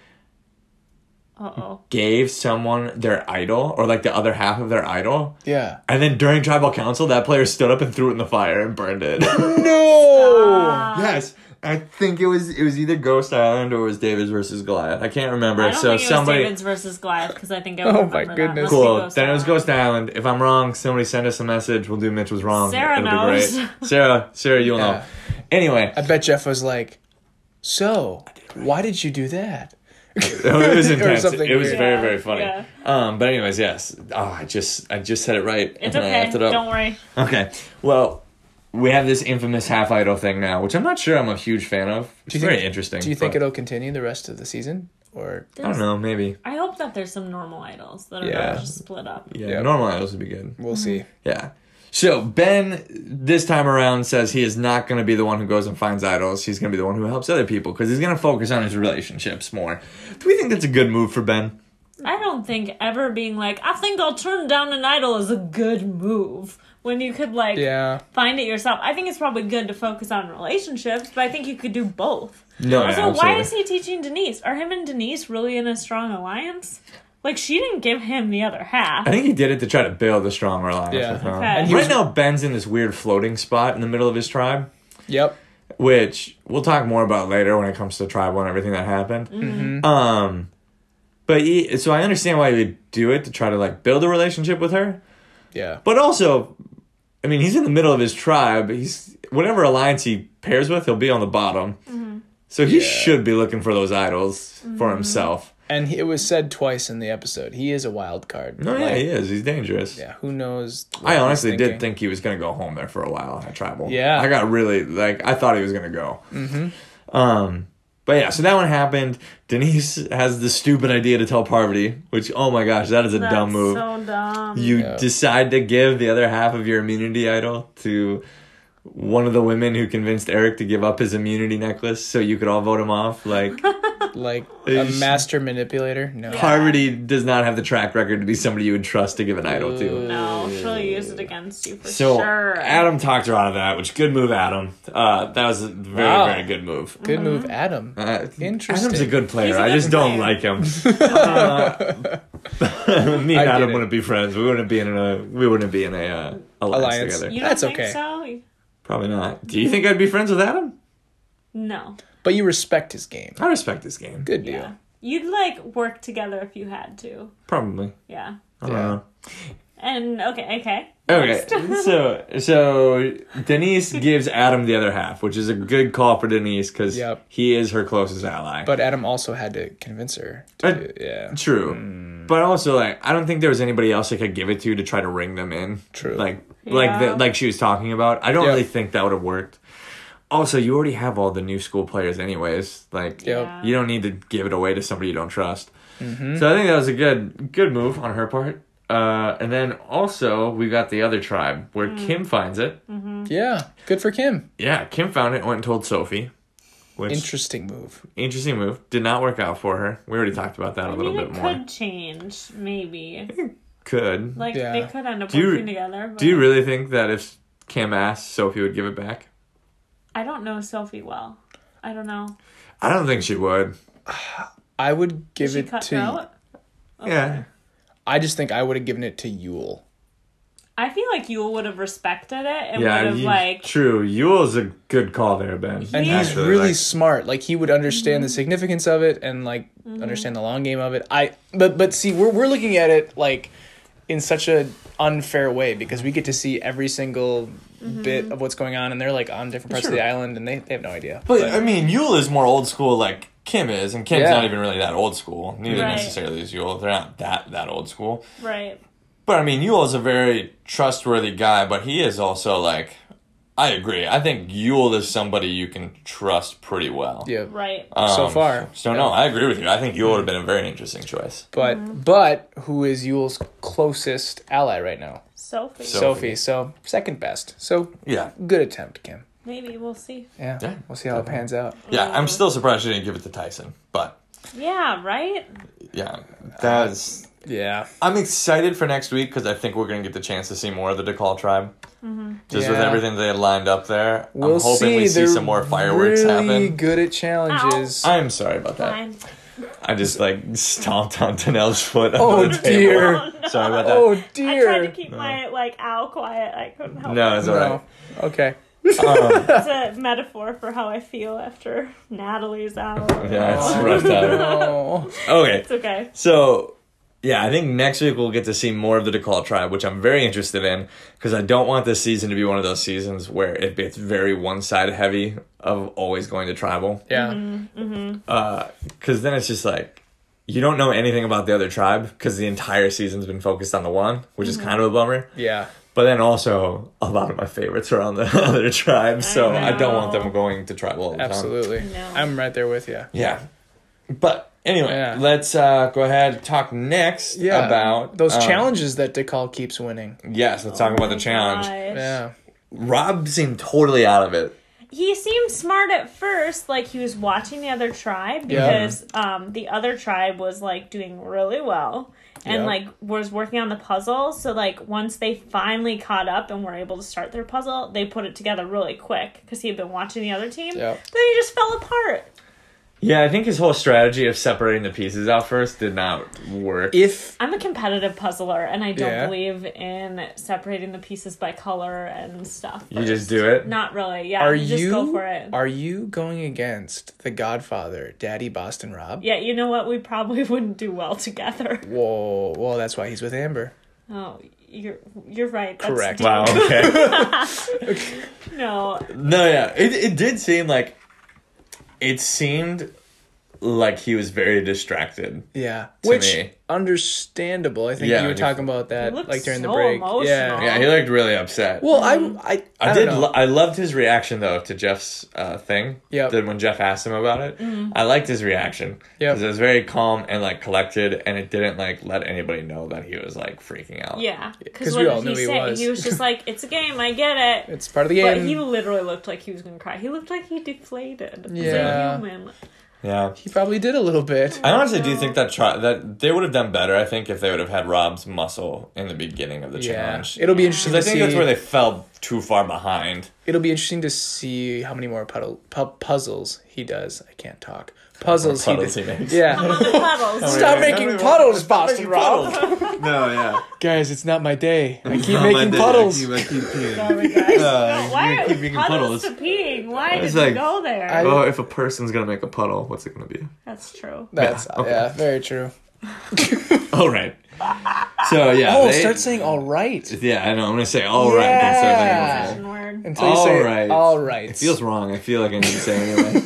Speaker 3: Uh oh.
Speaker 1: gave someone their idol or like the other half of their idol.
Speaker 2: Yeah.
Speaker 1: And then during tribal council, that player stood up and threw it in the fire and burned it.
Speaker 2: No!
Speaker 3: Ah.
Speaker 1: yes. I think it was it was either Ghost Island or it was Davids versus Goliath. I can't remember.
Speaker 3: I don't
Speaker 1: so
Speaker 3: think it
Speaker 1: somebody
Speaker 3: was David's versus Goliath because I think I would
Speaker 2: Oh my
Speaker 3: remember that.
Speaker 2: goodness.
Speaker 3: Must be
Speaker 1: Cool.
Speaker 3: Ghost
Speaker 1: Then it was
Speaker 3: Island.
Speaker 1: Ghost Island. If I'm wrong, somebody send us a message. We'll do Mitch was wrong.
Speaker 3: Sarah
Speaker 1: It'll
Speaker 3: knows.
Speaker 1: be great. Sarah, Sarah, you'll know.
Speaker 2: Yeah.
Speaker 1: Anyway,
Speaker 2: I bet Jeff was like, So, why did you do that?
Speaker 1: it was
Speaker 2: Or
Speaker 1: intense.
Speaker 2: something
Speaker 1: It was
Speaker 2: weird.
Speaker 1: very
Speaker 3: Yeah,
Speaker 1: very funny.
Speaker 3: yeah.
Speaker 1: Um, but anyways, yes. Oh, I just I just said it right.
Speaker 3: It's
Speaker 1: and I
Speaker 3: okay.
Speaker 1: effed it up.
Speaker 3: Don't worry.
Speaker 1: Okay. Well, we have this infamous half idol thing now, which I'm not sure I'm a huge fan of. It's
Speaker 2: you think-
Speaker 1: very interesting.
Speaker 2: Do you think
Speaker 1: but-
Speaker 2: it'll continue the rest of the season? Or
Speaker 1: I don't know. Maybe.
Speaker 3: I hope that there's some normal idols that are
Speaker 1: Yeah.
Speaker 3: not just split up.
Speaker 1: Yeah.
Speaker 2: Yeah.
Speaker 1: Normal idols would be good.
Speaker 2: we'll see.
Speaker 1: Yeah. So Ben, this time around, says he is not going to be the one who goes and finds idols. He's going to be the one who helps other people because he's going to focus on his relationships more. Do we think that's a good move for Ben?
Speaker 3: I don't think ever being like, I think I'll turn down an idol is a good move when you could like
Speaker 2: Yeah.
Speaker 3: find it yourself. I think it's probably good to focus on relationships, but I think you could do both.
Speaker 1: No.
Speaker 3: also, why is he teaching Denise? Are him and Denise really in a strong alliance? Like she didn't give him the other half.
Speaker 1: I think he did it to try to build a stronger alliance.
Speaker 2: Yeah.
Speaker 1: with her.
Speaker 3: Okay. And
Speaker 2: he
Speaker 1: Right
Speaker 2: was-
Speaker 1: now, Ben's in this weird floating spot in the middle of his tribe.
Speaker 2: Yep. Mm-hmm.
Speaker 1: which we'll talk more about later when it comes to tribal and everything that happened. Um, But he, so I understand why he would do it to try to like build a relationship with her.
Speaker 2: Yeah.
Speaker 1: But also, I mean, he's in the middle of his tribe. He's whatever alliance he pairs with, he'll be on the bottom.
Speaker 2: Mm-hmm.
Speaker 1: So he should be looking for those idols for himself.
Speaker 2: And he- it was said twice in the episode. He is a wild card.
Speaker 1: No, yeah,
Speaker 2: Like,
Speaker 1: he is. He's dangerous.
Speaker 2: yeah. Who knows? what
Speaker 1: I
Speaker 2: he's
Speaker 1: honestly
Speaker 2: thinking.
Speaker 1: did think he was gonna go home there for a while at Tribal.
Speaker 2: Yeah.
Speaker 1: I got really like I thought he was gonna go. Mm-hmm. Um, but yeah, so that one happened. Denise has the stupid idea to tell Parvati, which oh my gosh, that is a
Speaker 3: That's
Speaker 1: dumb move.
Speaker 3: so dumb.
Speaker 1: you
Speaker 2: Yeah.
Speaker 1: decide to give the other half of your immunity idol to one of the women who convinced Eric to give up his immunity necklace so you could all vote him off. Like
Speaker 2: like a
Speaker 1: Is-
Speaker 2: master manipulator. No.
Speaker 1: Parvati does not have the track record to be somebody you would trust to give an idol to.
Speaker 3: no, she'll use it against you for
Speaker 1: So
Speaker 3: sure.
Speaker 1: Adam talked her out of that, which good move, Adam. Uh, that was a very
Speaker 2: Wow.
Speaker 1: very good move.
Speaker 2: Good move, Adam.
Speaker 1: Uh,
Speaker 2: Interesting.
Speaker 1: Adam's a good player.
Speaker 3: He's a
Speaker 1: I
Speaker 3: good
Speaker 1: just don't
Speaker 3: player.
Speaker 1: like him. Uh, me
Speaker 2: I
Speaker 1: and
Speaker 2: get
Speaker 1: Adam
Speaker 2: it.
Speaker 1: wouldn't be friends. We wouldn't be in a we wouldn't be in a uh, alliance,
Speaker 2: Alliance.
Speaker 1: together.
Speaker 3: you don't
Speaker 2: That's
Speaker 3: think
Speaker 2: okay.
Speaker 3: so?
Speaker 1: Probably not. Do you think I'd be friends with Adam?
Speaker 3: No.
Speaker 2: But you respect his game.
Speaker 1: I respect this game.
Speaker 2: Good deal.
Speaker 3: Yeah. You'd like work together if you had to.
Speaker 1: Probably.
Speaker 3: Yeah.
Speaker 1: I don't
Speaker 2: Yeah.
Speaker 1: know.
Speaker 3: And okay, okay.
Speaker 1: Okay, so so Denise gives Adam the other half, which is a good call for Denise because
Speaker 2: Yep.
Speaker 1: he is her closest ally.
Speaker 2: But Adam also had to convince her. To,
Speaker 1: Uh,
Speaker 2: do- yeah.
Speaker 1: True.
Speaker 2: Mm.
Speaker 1: But also like I don't think there was anybody else I could give it to to try to ring them in.
Speaker 2: True.
Speaker 1: Like like
Speaker 3: Yeah.
Speaker 1: the, like she was talking about. I don't
Speaker 2: Yeah.
Speaker 1: really think that would have worked. Also, you already have all the new school players anyways. Like
Speaker 2: Yep.
Speaker 3: Yeah.
Speaker 1: you don't need to give it away to somebody you don't trust.
Speaker 2: Mm-hmm.
Speaker 1: So I think that was a good good move on her part. Uh, and then also we got the other tribe where
Speaker 3: Mm.
Speaker 1: Kim finds it.
Speaker 2: Yeah. Good for Kim.
Speaker 1: Yeah, Kim found it, went and told Sophie. Which
Speaker 2: Interesting move.
Speaker 1: interesting move. Did not work out for her. We already talked about that a
Speaker 3: I
Speaker 1: little
Speaker 3: mean, it
Speaker 1: bit more.
Speaker 3: could change, maybe.
Speaker 1: Could.
Speaker 3: Like
Speaker 2: Yeah.
Speaker 3: they could end up
Speaker 1: Do you-
Speaker 3: working together. But
Speaker 1: Do you really think that if Kim asked, Sophie would give it back?
Speaker 3: I don't know Sophie well. I don't know.
Speaker 1: I don't think she would.
Speaker 2: I would give
Speaker 3: Is she
Speaker 2: it to.
Speaker 3: cutthroat?
Speaker 1: Yeah.
Speaker 2: I just think I would have given it to Yule.
Speaker 3: I feel like Yule would have respected it and would
Speaker 1: Yeah,
Speaker 3: have
Speaker 1: you-
Speaker 3: like
Speaker 1: true. Yule's a good call there, Ben.
Speaker 2: And
Speaker 3: Yeah.
Speaker 2: he's
Speaker 1: Actually,
Speaker 2: really
Speaker 1: like-
Speaker 2: smart. Like he would understand the significance of it and like understand the long game of it. I but but see, we're we're looking at it like in such a unfair way because we get to see every single bit of what's going on and they're like on different parts of the
Speaker 1: Sure.
Speaker 2: island and they, they have no idea.
Speaker 1: But I mean, Yule is more old school, like Kim is, and Kim's
Speaker 2: Yeah.
Speaker 1: not even really that old school. Neither
Speaker 3: Right.
Speaker 1: necessarily is Yule. They're not that that old school.
Speaker 3: right.
Speaker 1: But I mean, Yule is a very trustworthy guy, but he is also like, I agree. I think Yule is somebody you can trust pretty well.
Speaker 2: yeah.
Speaker 3: Right.
Speaker 2: So
Speaker 1: Um,
Speaker 2: far.
Speaker 1: So no, I agree with you. I think Yule would have been a very interesting choice.
Speaker 2: But but who is Yule's closest ally right now?
Speaker 3: Sophie.
Speaker 1: So-
Speaker 2: Sophie. So second best. So
Speaker 1: Yeah.
Speaker 2: good attempt, Kim.
Speaker 3: maybe we'll see.
Speaker 2: Yeah.
Speaker 1: Yeah.
Speaker 2: We'll see how it pans out.
Speaker 1: Yeah, I'm still surprised she didn't give it to Tyson, but
Speaker 3: Yeah, right?
Speaker 1: yeah, that's.
Speaker 2: Yeah.
Speaker 1: I'm excited for next week because I think we're gonna get the chance to see more of the DeKal tribe. Just with
Speaker 2: Mm-hmm. Yeah.
Speaker 1: everything they had lined up there,
Speaker 2: We'll
Speaker 1: I'm hoping
Speaker 2: see.
Speaker 1: we see
Speaker 2: They're
Speaker 1: some more fireworks
Speaker 2: really
Speaker 1: happen.
Speaker 2: good at challenges.
Speaker 1: I'm sorry about that.
Speaker 3: Fine.
Speaker 1: I just like stomped on Tanel's foot.
Speaker 2: Oh,
Speaker 1: under the table.
Speaker 2: dear.
Speaker 1: Sorry about that.
Speaker 2: Oh
Speaker 3: I
Speaker 2: dear.
Speaker 3: tried to keep my like owl quiet. I couldn't help
Speaker 1: no,
Speaker 3: it.
Speaker 1: it's alright.
Speaker 2: No. Okay.
Speaker 3: It's a metaphor for how I feel after Natalie's owl.
Speaker 1: Yeah, it's a rough time.
Speaker 2: Oh.
Speaker 1: Okay,
Speaker 3: It's okay.
Speaker 1: So, yeah, I think next week we'll get to see more of the DeKal tribe, which I'm very interested in because I don't want this season to be one of those seasons where it gets very one side heavy of always going to tribal.
Speaker 2: Yeah.
Speaker 3: Mm-hmm.
Speaker 1: Because then it's just like you don't know anything about the other tribe because the entire season's been focused on the one, which is kind of a bummer.
Speaker 2: Yeah.
Speaker 1: But then also a lot of my favorites are on the other tribe, so I, don't want
Speaker 3: know.
Speaker 1: them going to tribal. All the time.
Speaker 2: Absolutely.
Speaker 3: No.
Speaker 2: I'm right there with you.
Speaker 1: Yeah. But anyway,
Speaker 2: Yeah.
Speaker 1: let's uh, go ahead and talk next
Speaker 2: Yeah.
Speaker 1: about
Speaker 2: those
Speaker 1: um,
Speaker 2: challenges that DeCall keeps winning.
Speaker 1: Yes, let's talk about the
Speaker 3: Oh my
Speaker 1: challenge.
Speaker 3: gosh.
Speaker 2: Yeah.
Speaker 1: Rob seemed totally out of it.
Speaker 3: He seemed smart at first, like he was watching the other tribe
Speaker 2: Yeah.
Speaker 3: because um, the other tribe was like doing really well and
Speaker 2: Yeah.
Speaker 3: like was working on the puzzle. So like once they finally caught up and were able to start their puzzle, they put it together really quick because he had been watching the other team.
Speaker 2: Yeah.
Speaker 3: Then he just fell apart.
Speaker 1: Yeah, I think his whole strategy of separating the pieces out first did not work.
Speaker 2: If
Speaker 3: I'm a competitive puzzler, and I don't
Speaker 2: Yeah.
Speaker 3: believe in separating the pieces by color and stuff.
Speaker 1: you just
Speaker 3: first.
Speaker 1: do it.
Speaker 3: Not really. Yeah.
Speaker 2: are
Speaker 3: you just
Speaker 2: you
Speaker 3: go for it?
Speaker 2: are you going against the Godfather, Daddy Boston Rob?
Speaker 3: yeah. You know what? We probably wouldn't do well together.
Speaker 2: Whoa, whoa, that's why he's with Amber.
Speaker 3: Oh, you're you're right. That's
Speaker 2: Correct.
Speaker 3: deep.
Speaker 1: Wow. Okay.
Speaker 3: No.
Speaker 1: no, yeah. It it did seem like it seemed like he was very distracted.
Speaker 2: Yeah,
Speaker 1: To
Speaker 2: which
Speaker 1: me.
Speaker 2: understandable. I think
Speaker 1: Yeah,
Speaker 2: you were
Speaker 1: if-
Speaker 2: talking about that
Speaker 3: He looked
Speaker 2: like during the
Speaker 3: so
Speaker 2: break.
Speaker 3: emotional.
Speaker 2: Yeah.
Speaker 1: Yeah, he looked really upset.
Speaker 2: Well, I I I,
Speaker 1: I,
Speaker 2: don't
Speaker 1: did.
Speaker 2: know.
Speaker 1: Lo- I loved his reaction though to Jeff's uh, thing.
Speaker 2: Yep.
Speaker 1: Then when Jeff asked him about it,
Speaker 3: Mm-hmm.
Speaker 1: I liked his reaction.
Speaker 2: Yep.
Speaker 1: 'Cause It was very calm and like collected, and it didn't like let anybody know that he was like freaking out.
Speaker 3: Yeah.
Speaker 2: 'Cause
Speaker 3: Because
Speaker 2: we
Speaker 3: what
Speaker 2: all
Speaker 3: did
Speaker 2: knew
Speaker 3: he
Speaker 2: he
Speaker 3: say?
Speaker 2: was.
Speaker 3: He was just like, "It's a game. I get it."
Speaker 2: it's part of the
Speaker 3: But
Speaker 2: game.
Speaker 3: he literally looked like he was gonna cry. He looked like he deflated.
Speaker 2: Yeah.
Speaker 3: As a human.
Speaker 1: Yeah.
Speaker 2: he probably did a little bit.
Speaker 1: I honestly do think that try that they would have done better. I think if they would have had Rob's muscle in the beginning of the
Speaker 2: Yeah,
Speaker 1: challenge.
Speaker 2: it'll be interesting
Speaker 1: 'Cause I think
Speaker 2: to see.
Speaker 1: that's where they fell too far behind.
Speaker 2: It'll be interesting to see how many more puddle, pu- puzzles he does. I can't talk. Puzzles,
Speaker 1: puddles
Speaker 2: he,
Speaker 1: he
Speaker 2: does.
Speaker 1: makes.
Speaker 2: Yeah.
Speaker 3: The puddles.
Speaker 2: Stop
Speaker 1: many-
Speaker 2: making
Speaker 1: how many-
Speaker 2: puddles, Boston Rob.
Speaker 1: no, yeah.
Speaker 2: Guys, it's not my day. I keep making puddles.
Speaker 3: Oh my gosh.
Speaker 1: Uh,
Speaker 3: No, why
Speaker 1: you
Speaker 3: are
Speaker 1: keep making
Speaker 3: puddles
Speaker 1: puddles.
Speaker 3: to peeing? Why
Speaker 1: It's
Speaker 3: did you
Speaker 1: like-
Speaker 3: go there?
Speaker 2: I-
Speaker 1: Oh, if a person's gonna make a puddle, what's it gonna be?
Speaker 3: That's true.
Speaker 2: That's
Speaker 1: Yeah, okay.
Speaker 2: yeah, very true.
Speaker 1: All right. So yeah.
Speaker 2: Oh,
Speaker 1: they-
Speaker 2: start saying all right
Speaker 1: Yeah, I know. I'm gonna say all right. then start saying,
Speaker 2: Yeah.
Speaker 3: Fashion word.
Speaker 2: until you say
Speaker 1: All right.
Speaker 2: all right.
Speaker 1: It feels wrong. I feel like I need to say it anyway.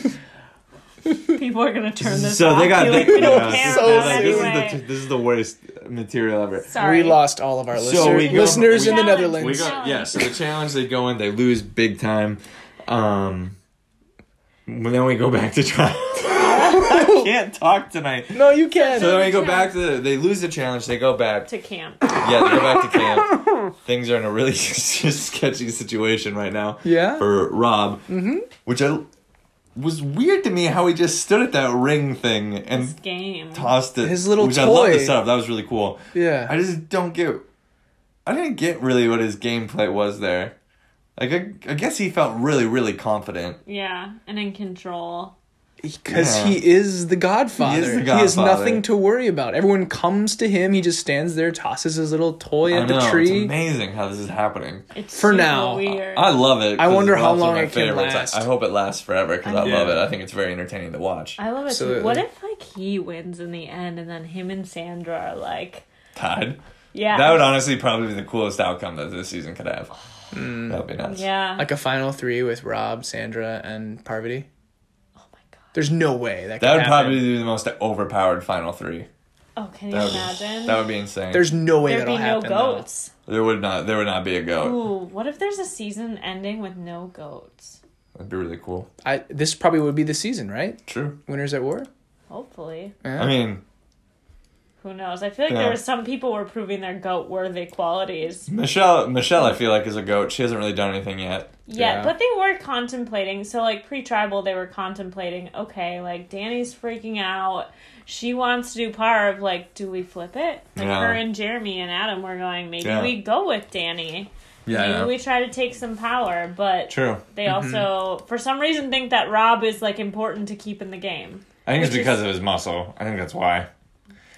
Speaker 3: People are gonna turn this.
Speaker 1: so
Speaker 3: off.
Speaker 1: they got
Speaker 3: Be like, we don't
Speaker 1: yeah,
Speaker 3: care
Speaker 2: so
Speaker 3: about
Speaker 2: sad.
Speaker 1: this, is
Speaker 3: anyway.
Speaker 1: the, this is the worst material ever.
Speaker 2: We
Speaker 3: Sorry.
Speaker 2: lost all of our
Speaker 1: So
Speaker 2: listeners,
Speaker 1: we go-
Speaker 2: listeners in the
Speaker 3: Challenge.
Speaker 2: Netherlands.
Speaker 1: We got yeah. So the challenge they go in, they lose big time. Um, well, then we go back to trial. I can't talk tonight.
Speaker 2: no, you can.
Speaker 1: So then we go back to they lose the challenge. They go back.
Speaker 3: to camp.
Speaker 2: Mm-hmm.
Speaker 1: Yeah, they go back to camp. Things are in a really sketchy situation right now.
Speaker 2: Yeah.
Speaker 1: For Rob, mm-hmm. which I was weird to me how he just stood at that ring thing and
Speaker 3: This game.
Speaker 1: tossed it.
Speaker 2: His little
Speaker 1: which I love the
Speaker 2: toy.
Speaker 1: setup. That was really cool.
Speaker 2: Yeah.
Speaker 1: I just don't get. I didn't get really what his gameplay was there. Like I, I guess he felt really, really confident.
Speaker 3: Yeah, and in control.
Speaker 2: Because
Speaker 1: Yeah.
Speaker 2: he is the godfather.
Speaker 1: He is the
Speaker 2: has
Speaker 1: godfather.
Speaker 2: nothing to worry about. Everyone comes to him. He just stands there, tosses his little toy
Speaker 1: I
Speaker 2: at
Speaker 1: know
Speaker 2: the
Speaker 1: it's
Speaker 2: tree.
Speaker 1: amazing how this is happening.
Speaker 3: It's
Speaker 2: For
Speaker 3: super
Speaker 2: now,
Speaker 3: Weird.
Speaker 1: I love it.
Speaker 2: I
Speaker 1: 'cause
Speaker 2: wonder
Speaker 1: it's
Speaker 2: how
Speaker 1: also
Speaker 2: long
Speaker 1: my
Speaker 2: it can
Speaker 1: favorite.
Speaker 2: last.
Speaker 1: I hope it lasts forever because I, love it.
Speaker 2: Yeah.
Speaker 1: I think it's very entertaining to watch.
Speaker 3: I love it. too.
Speaker 2: Absolutely.
Speaker 1: uh,
Speaker 3: What if like he wins in the end, and then him and Sandra are like,
Speaker 1: Todd.
Speaker 3: yeah,
Speaker 1: That would honestly probably be the coolest outcome that this season could have.
Speaker 2: Mm.
Speaker 1: That would be nuts.
Speaker 3: yeah.
Speaker 2: Like a final three with Rob, Sandra, and Parvati.
Speaker 3: oh my
Speaker 2: There's no way that could
Speaker 1: That would
Speaker 2: happen.
Speaker 1: probably be the most overpowered final three.
Speaker 3: god. Oh, can you
Speaker 1: That would,
Speaker 3: imagine?
Speaker 1: that would be insane.
Speaker 2: There's no way
Speaker 3: There'd
Speaker 2: that'll
Speaker 3: be no
Speaker 2: happen. though.
Speaker 3: goats.
Speaker 1: there would not there would not be a goat.
Speaker 3: Ooh, what if there's a season ending with no goats?
Speaker 1: That'd be really cool.
Speaker 2: I, this probably would be the season, right?
Speaker 1: True.
Speaker 2: Winners at War.
Speaker 3: Hopefully.
Speaker 1: I mean,
Speaker 3: Who knows? I feel like
Speaker 1: Yeah.
Speaker 3: there were some people were proving their goat worthy qualities.
Speaker 1: Michelle Michelle I feel like is a goat. She hasn't really done anything yet.
Speaker 3: Yeah,
Speaker 2: Yeah.
Speaker 3: but they were contemplating. So like pre-tribal, they were contemplating. Okay, like Danny's freaking out. She wants to do Parv. Like, do we flip it? Like
Speaker 1: Yeah.
Speaker 3: her and Jeremy and Adam were going. Maybe
Speaker 1: Yeah.
Speaker 3: we go with Danny.
Speaker 1: Yeah.
Speaker 3: Maybe we try to take some power. But
Speaker 1: True.
Speaker 3: they also, for some reason, think that Rob is like important to keep in the game.
Speaker 1: I think it's
Speaker 3: Which is-
Speaker 1: because of his muscle. I think that's why.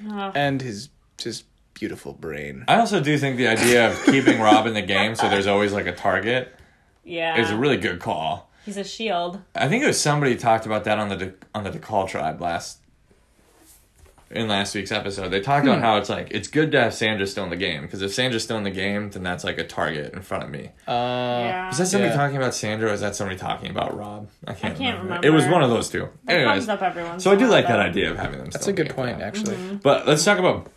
Speaker 3: Ugh.
Speaker 2: And his just beautiful brain.
Speaker 1: I also do think the idea of keeping Rob in the game so there's always like a target
Speaker 3: yeah,
Speaker 1: is a really Uh, good call.
Speaker 3: he's a shield.
Speaker 1: I think it was somebody talked about that on the De- on the DeKal tribe last in last week's episode. They talked about how it's like it's good to have Sandra still in the game because if Sandra's still in the game, then that's like a target in front of me.
Speaker 2: Uh,
Speaker 3: yeah,
Speaker 1: Is that somebody
Speaker 2: Yeah.
Speaker 1: talking about Sandra? or Is that somebody talking about Rob? I can't,
Speaker 3: can't
Speaker 1: remember. It was
Speaker 3: remember.
Speaker 1: one of those two.
Speaker 3: It
Speaker 1: Anyways,
Speaker 3: comes up every once
Speaker 1: so I
Speaker 3: in a
Speaker 1: do
Speaker 3: while,
Speaker 1: like that
Speaker 3: though.
Speaker 1: idea of having them.
Speaker 2: that's a good point, actually.
Speaker 3: Mm-hmm.
Speaker 1: But let's talk about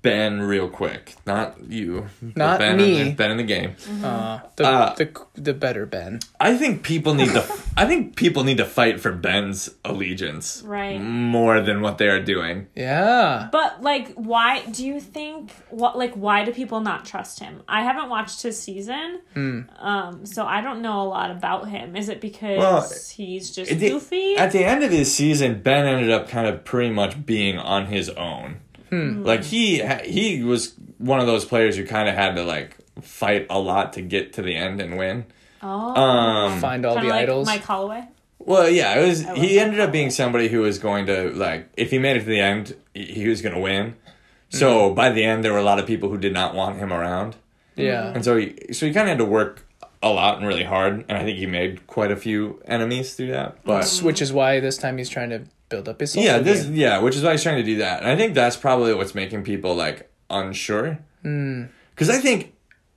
Speaker 1: Ben real quick. Not you. but
Speaker 2: Not
Speaker 1: ben
Speaker 2: me.
Speaker 1: In the, ben in the game.
Speaker 2: Uh, the,
Speaker 1: Uh,
Speaker 2: the the better Ben.
Speaker 1: I think people need to. I think people need to fight for Ben's allegiance.
Speaker 3: Right.
Speaker 1: More than what they are doing.
Speaker 2: Yeah.
Speaker 3: But like, why do you think what like why do people not trust him? I haven't watched his season, um, so I don't know a lot about him. Is it because
Speaker 1: Well,
Speaker 3: he's just
Speaker 1: At the-
Speaker 3: goofy?
Speaker 1: At the end of his season, Ben ended up kind of pretty much being on his own.
Speaker 2: Hmm.
Speaker 1: Like he ha- he was one of those players who kind of had to like fight a lot to get to the end and win.
Speaker 3: oh,
Speaker 1: Um,
Speaker 2: Find all
Speaker 3: Kinda
Speaker 2: the
Speaker 3: like
Speaker 2: idols.
Speaker 3: Mike Holloway.
Speaker 1: Well, yeah, it was.
Speaker 3: I
Speaker 1: He
Speaker 3: wasn't
Speaker 1: ended up being somebody who was going to like, if he made it to the end, he he was going to win.
Speaker 2: Mm-hmm.
Speaker 1: So by the end, there were a lot of people who did not want him around,
Speaker 2: Yeah.
Speaker 1: and so he, so he kind of had to work a lot and really hard. And I think he made quite a few enemies through that. But
Speaker 2: Which is why this time he's trying to build up his social
Speaker 1: yeah, this
Speaker 2: game.
Speaker 1: yeah, which is why he's trying to do that. And I think that's probably what's making people like unsure.
Speaker 2: Hmm.
Speaker 1: Because I think,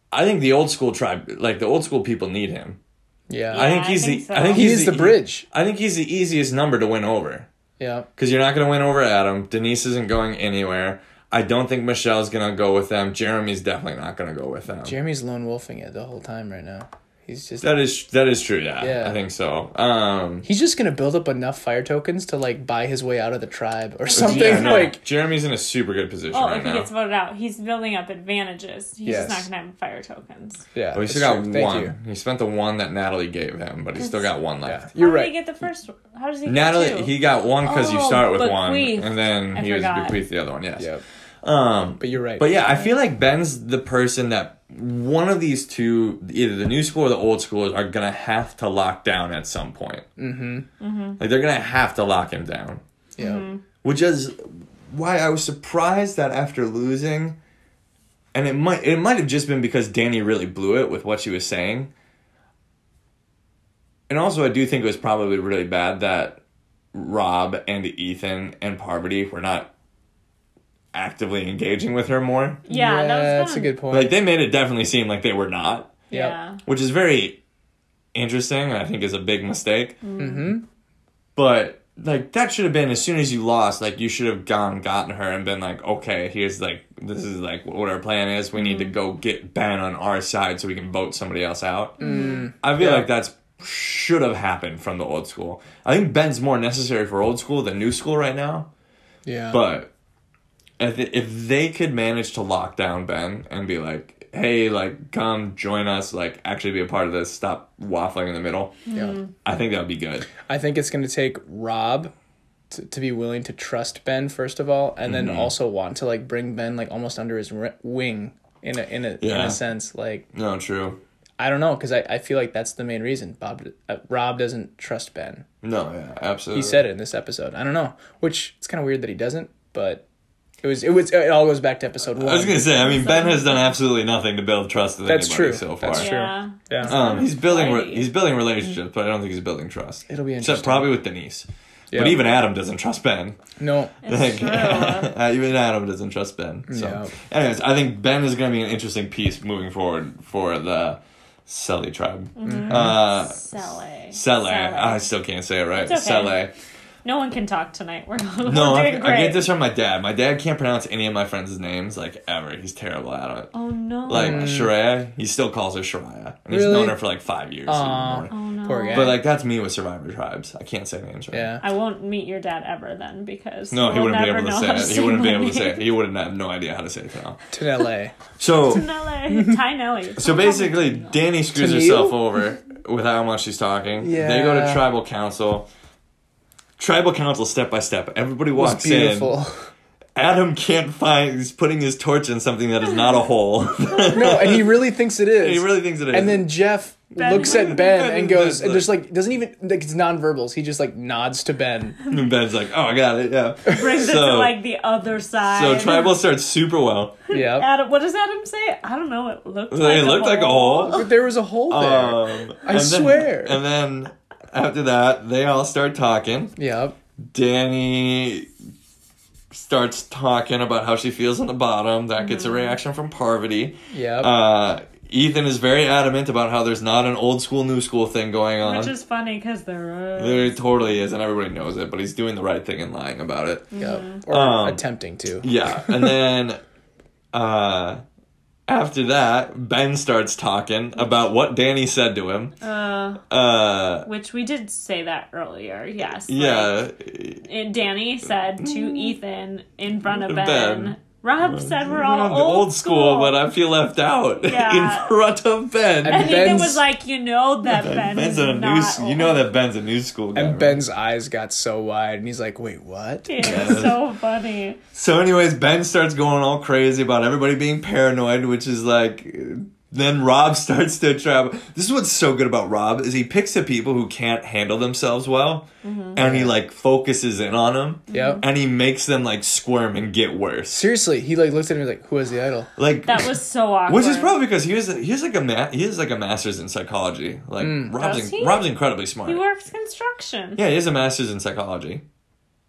Speaker 1: I think the old school tribe, like the old school people, need him.
Speaker 2: Yeah.
Speaker 1: I
Speaker 3: Yeah,
Speaker 1: think
Speaker 3: I
Speaker 1: he's
Speaker 3: think
Speaker 1: the.
Speaker 3: so.
Speaker 1: I think
Speaker 2: he
Speaker 1: he's
Speaker 2: is the bridge.
Speaker 1: I think he's the easiest number to win over.
Speaker 2: Yeah.
Speaker 1: because you're not going to win over Adam. Denise isn't going anywhere. I don't think Michelle's going to go with them. Jeremy's definitely not going to go with them.
Speaker 2: Jeremy's lone wolfing it the whole time right now. He's just
Speaker 1: that is that is true. Yeah,
Speaker 2: Yeah.
Speaker 1: I think so. Um,
Speaker 2: he's just gonna build up enough fire tokens to like buy his way out of the tribe or something
Speaker 1: yeah, no,
Speaker 2: like
Speaker 1: Jeremy's in a super good position
Speaker 3: Well,
Speaker 1: right
Speaker 3: Oh, if he
Speaker 1: now.
Speaker 3: gets voted out, he's building up advantages. He's
Speaker 2: Yes.
Speaker 3: just not going to have fire tokens.
Speaker 2: yeah.
Speaker 1: Oh, he still
Speaker 2: that's
Speaker 1: got
Speaker 2: true.
Speaker 1: one. He spent the one that Natalie gave him, but he still got one left.
Speaker 2: You're
Speaker 3: How did
Speaker 2: right.
Speaker 3: he get the first one? How does he get
Speaker 1: Natalie,
Speaker 3: two?
Speaker 1: he got one because you
Speaker 3: Oh,
Speaker 1: start with one,
Speaker 3: bequeathed.
Speaker 1: and then
Speaker 3: I
Speaker 1: he was
Speaker 3: forgot.
Speaker 1: bequeathed the other one. Yes.
Speaker 2: Yeah.
Speaker 1: Um,
Speaker 2: But you're right.
Speaker 1: But yeah, I feel like Ben's the person that one of these two, either the new school or the old school, are gonna have to lock down at some point. Mm-hmm. Like they're gonna have to lock him down,
Speaker 2: yeah.
Speaker 3: Mm,
Speaker 1: which is why I was surprised that after losing, and it might it might have just been because Danny really blew it with what she was saying. And also, I do think it was probably really bad that Rob and Ethan and Parvati were not actively engaging with her more.
Speaker 3: Yeah, that was
Speaker 2: that's a
Speaker 3: fun.
Speaker 2: good point.
Speaker 1: Like they made it definitely seem like they were not,
Speaker 2: Yeah.
Speaker 3: Yeah.
Speaker 1: which is very interesting and I think is a big mistake. Mm-hmm. But like that should have been as soon as you lost, like you should have gone gotten her and been like, okay, here's like this is like what our plan is. We need to go get Ben on our side so we can vote somebody else out. I feel
Speaker 2: Yeah.
Speaker 1: like that's should have happened from the old school. I think Ben's more necessary for old school than new school right now.
Speaker 2: yeah.
Speaker 1: But if if they could manage to lock down Ben and be like, hey, like, come join us, like, actually be a part of this, stop waffling in the middle,
Speaker 2: yeah.
Speaker 3: Mm.
Speaker 1: I think that would be good.
Speaker 2: I think it's going to take Rob to, to be willing to trust Ben first of all, and
Speaker 1: Mm-hmm.
Speaker 2: then also want to like bring Ben like almost under his ri wing in a in a in
Speaker 1: Yeah.
Speaker 2: a sense. Like
Speaker 1: No, true.
Speaker 2: I don't know because I, I feel like that's the main reason Bob uh, Rob doesn't trust Ben.
Speaker 1: No, yeah, absolutely.
Speaker 2: He said it in this episode. I don't know, which it's kind of weird that he doesn't, but it was it was it all goes back to episode one.
Speaker 1: I was gonna say. I mean, Ben has done absolutely nothing to build trust with
Speaker 2: That's
Speaker 1: anybody
Speaker 2: true.
Speaker 1: so far.
Speaker 2: That's true.
Speaker 3: Yeah.
Speaker 2: yeah.
Speaker 1: Um, he's building. Re-
Speaker 3: Right.
Speaker 1: he's building relationships, but I don't think he's building trust.
Speaker 2: It'll be
Speaker 1: Except
Speaker 2: interesting.
Speaker 1: probably with Denise.
Speaker 2: Yeah.
Speaker 1: But even Adam doesn't trust Ben.
Speaker 2: no.
Speaker 1: Like,
Speaker 3: It's true.
Speaker 1: even Adam doesn't trust Ben. So,
Speaker 2: Yeah.
Speaker 1: anyways, I think Ben is going to be an interesting piece moving forward for the Selly tribe.
Speaker 3: Mm-hmm.
Speaker 2: Mm-hmm.
Speaker 1: Uh, Sele.
Speaker 3: Sele. Sele.
Speaker 1: I still can't say it right.
Speaker 3: It's okay.
Speaker 1: Sele.
Speaker 3: No one can talk tonight. We're,
Speaker 1: No,
Speaker 3: we're
Speaker 1: I,
Speaker 3: doing
Speaker 1: I
Speaker 3: great.
Speaker 1: get this from my dad. My dad can't pronounce any of my friends' names like ever. He's terrible at it.
Speaker 3: Oh no.
Speaker 1: Like Shreya, he still calls her Shreya, and he's
Speaker 2: Mm. Really?
Speaker 1: known her for like five years.
Speaker 2: Aw.
Speaker 1: or more.
Speaker 3: oh no.
Speaker 2: Poor guy.
Speaker 1: But like that's me with Survivor tribes. I can't say names right.
Speaker 2: Yeah.
Speaker 3: I won't meet your dad ever then because
Speaker 1: No, he
Speaker 3: we'll
Speaker 1: wouldn't be
Speaker 3: never
Speaker 1: able to
Speaker 3: know
Speaker 1: say
Speaker 3: how
Speaker 1: it. He wouldn't be
Speaker 3: my
Speaker 1: able to say
Speaker 3: name.
Speaker 1: it. He wouldn't have no idea how to say it now.
Speaker 2: To L.A.
Speaker 1: So
Speaker 3: Tanele. Ty Nelly.
Speaker 1: So basically, Danny screws
Speaker 2: Tennille?
Speaker 1: herself over with how much she's talking. They go to
Speaker 2: Yeah.
Speaker 1: tribal council. Tribal council, step by step. Everybody
Speaker 2: It was
Speaker 1: walks in.
Speaker 2: beautiful.
Speaker 1: Adam can't find. He's putting his torch in something that is not a hole.
Speaker 2: no, and he really thinks it is.
Speaker 1: he really thinks it is.
Speaker 2: and then Jeff
Speaker 3: Ben.
Speaker 2: looks at Ben,
Speaker 1: Ben
Speaker 2: and goes
Speaker 1: does
Speaker 2: and
Speaker 1: the-
Speaker 2: just like doesn't even like it's nonverbals. He just like nods to Ben.
Speaker 1: And Ben's like, "Oh, I got it." Yeah.
Speaker 3: brings it
Speaker 1: so-
Speaker 3: to like the other side.
Speaker 1: So tribal starts super well.
Speaker 2: Yeah.
Speaker 3: Adam, what does Adam say? I don't know. It looked.
Speaker 1: They
Speaker 3: like
Speaker 1: looked
Speaker 3: a
Speaker 1: like a hole.
Speaker 2: But there was a hole there.
Speaker 1: Um, I
Speaker 2: swear.
Speaker 1: And then after that, they all start talking.
Speaker 2: yeah.
Speaker 1: Danny starts talking about how she feels on the bottom. That gets
Speaker 3: Mm-hmm.
Speaker 1: a reaction from Parvati.
Speaker 2: Yeah.
Speaker 1: Uh, Ethan is very adamant about how there's not an old school, new school thing going on.
Speaker 3: Which is funny because there is.
Speaker 1: there totally is, and everybody knows it, but he's doing the right thing and lying about it.
Speaker 3: Mm-hmm.
Speaker 2: yeah. Or
Speaker 1: Um,
Speaker 2: attempting to.
Speaker 1: Yeah. And then uh, after that, Ben starts talking about what Danny said to him.
Speaker 3: Uh,
Speaker 1: Uh,
Speaker 3: which we did say that earlier. Yes. like,
Speaker 1: yeah.
Speaker 3: and Danny said
Speaker 2: Mm.
Speaker 3: to Ethan in front of Ben.
Speaker 1: Ben.
Speaker 3: Rob said we're all
Speaker 1: I'm
Speaker 3: old, school,
Speaker 1: but I feel left out
Speaker 3: Yeah.
Speaker 1: in front of Ben.
Speaker 2: And
Speaker 3: and Ethan
Speaker 2: Ben's-
Speaker 3: was like, you know that Ben
Speaker 1: Ben's
Speaker 3: is
Speaker 1: a new.
Speaker 3: not.
Speaker 1: You know that Ben's a new school guy.
Speaker 2: And
Speaker 1: right?
Speaker 2: Ben's eyes got so wide, and he's like, "Wait, what?"
Speaker 3: old. It's so funny.
Speaker 1: So, anyways, Ben starts going all crazy about everybody being paranoid, which is like Then Rob starts to travel. This is what's so good about Rob is he picks the people who can't handle themselves well,
Speaker 3: Mm-hmm.
Speaker 1: and he like focuses in on them.
Speaker 2: Yep.
Speaker 1: And he makes them like squirm and get worse.
Speaker 2: Seriously, he like looked at me like, "Who is the idol?"
Speaker 1: Like
Speaker 3: That was so awkward.
Speaker 1: Which is probably because he was he was like a ma- he is like a master's in psychology. Like Rob's
Speaker 3: Does
Speaker 1: in-
Speaker 3: he?
Speaker 1: Rob's incredibly smart.
Speaker 3: He works construction.
Speaker 1: yeah, he has a master's in psychology.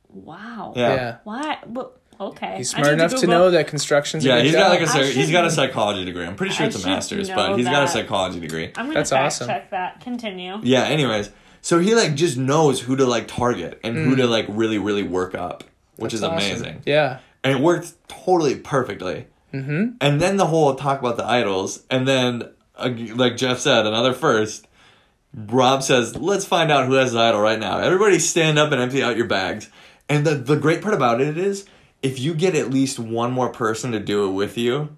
Speaker 3: Wow.
Speaker 1: Yeah.
Speaker 2: Yeah.
Speaker 3: Why? Well, okay.
Speaker 2: He's
Speaker 3: I need
Speaker 2: smart enough to
Speaker 3: Google-
Speaker 2: know that construction's.
Speaker 1: Yeah,
Speaker 2: a good
Speaker 1: he's
Speaker 2: job.
Speaker 1: got like a
Speaker 3: I
Speaker 1: psy- he's got a
Speaker 3: should-
Speaker 1: psychology degree. I'm pretty sure
Speaker 3: I
Speaker 1: it's a
Speaker 3: should
Speaker 1: master's,
Speaker 3: know
Speaker 1: but he's got a
Speaker 3: that.
Speaker 1: psychology degree.
Speaker 3: I'm gonna
Speaker 2: That's
Speaker 3: fact
Speaker 2: awesome.
Speaker 3: check that. Continue.
Speaker 1: Yeah, anyways. So he like just knows who to like target and
Speaker 3: Hmm.
Speaker 1: who to like really really work up, which is
Speaker 2: Awesome.
Speaker 1: amazing.
Speaker 2: Yeah.
Speaker 1: And it worked totally perfectly. Mm-hmm. And then the whole talk about the idols and then ag- like Jeff said, another first Rob says, "Let's find out who has the idol right now. Everybody stand up and empty out your bags." And the the great part about it is if you get at least one more person to do it with you,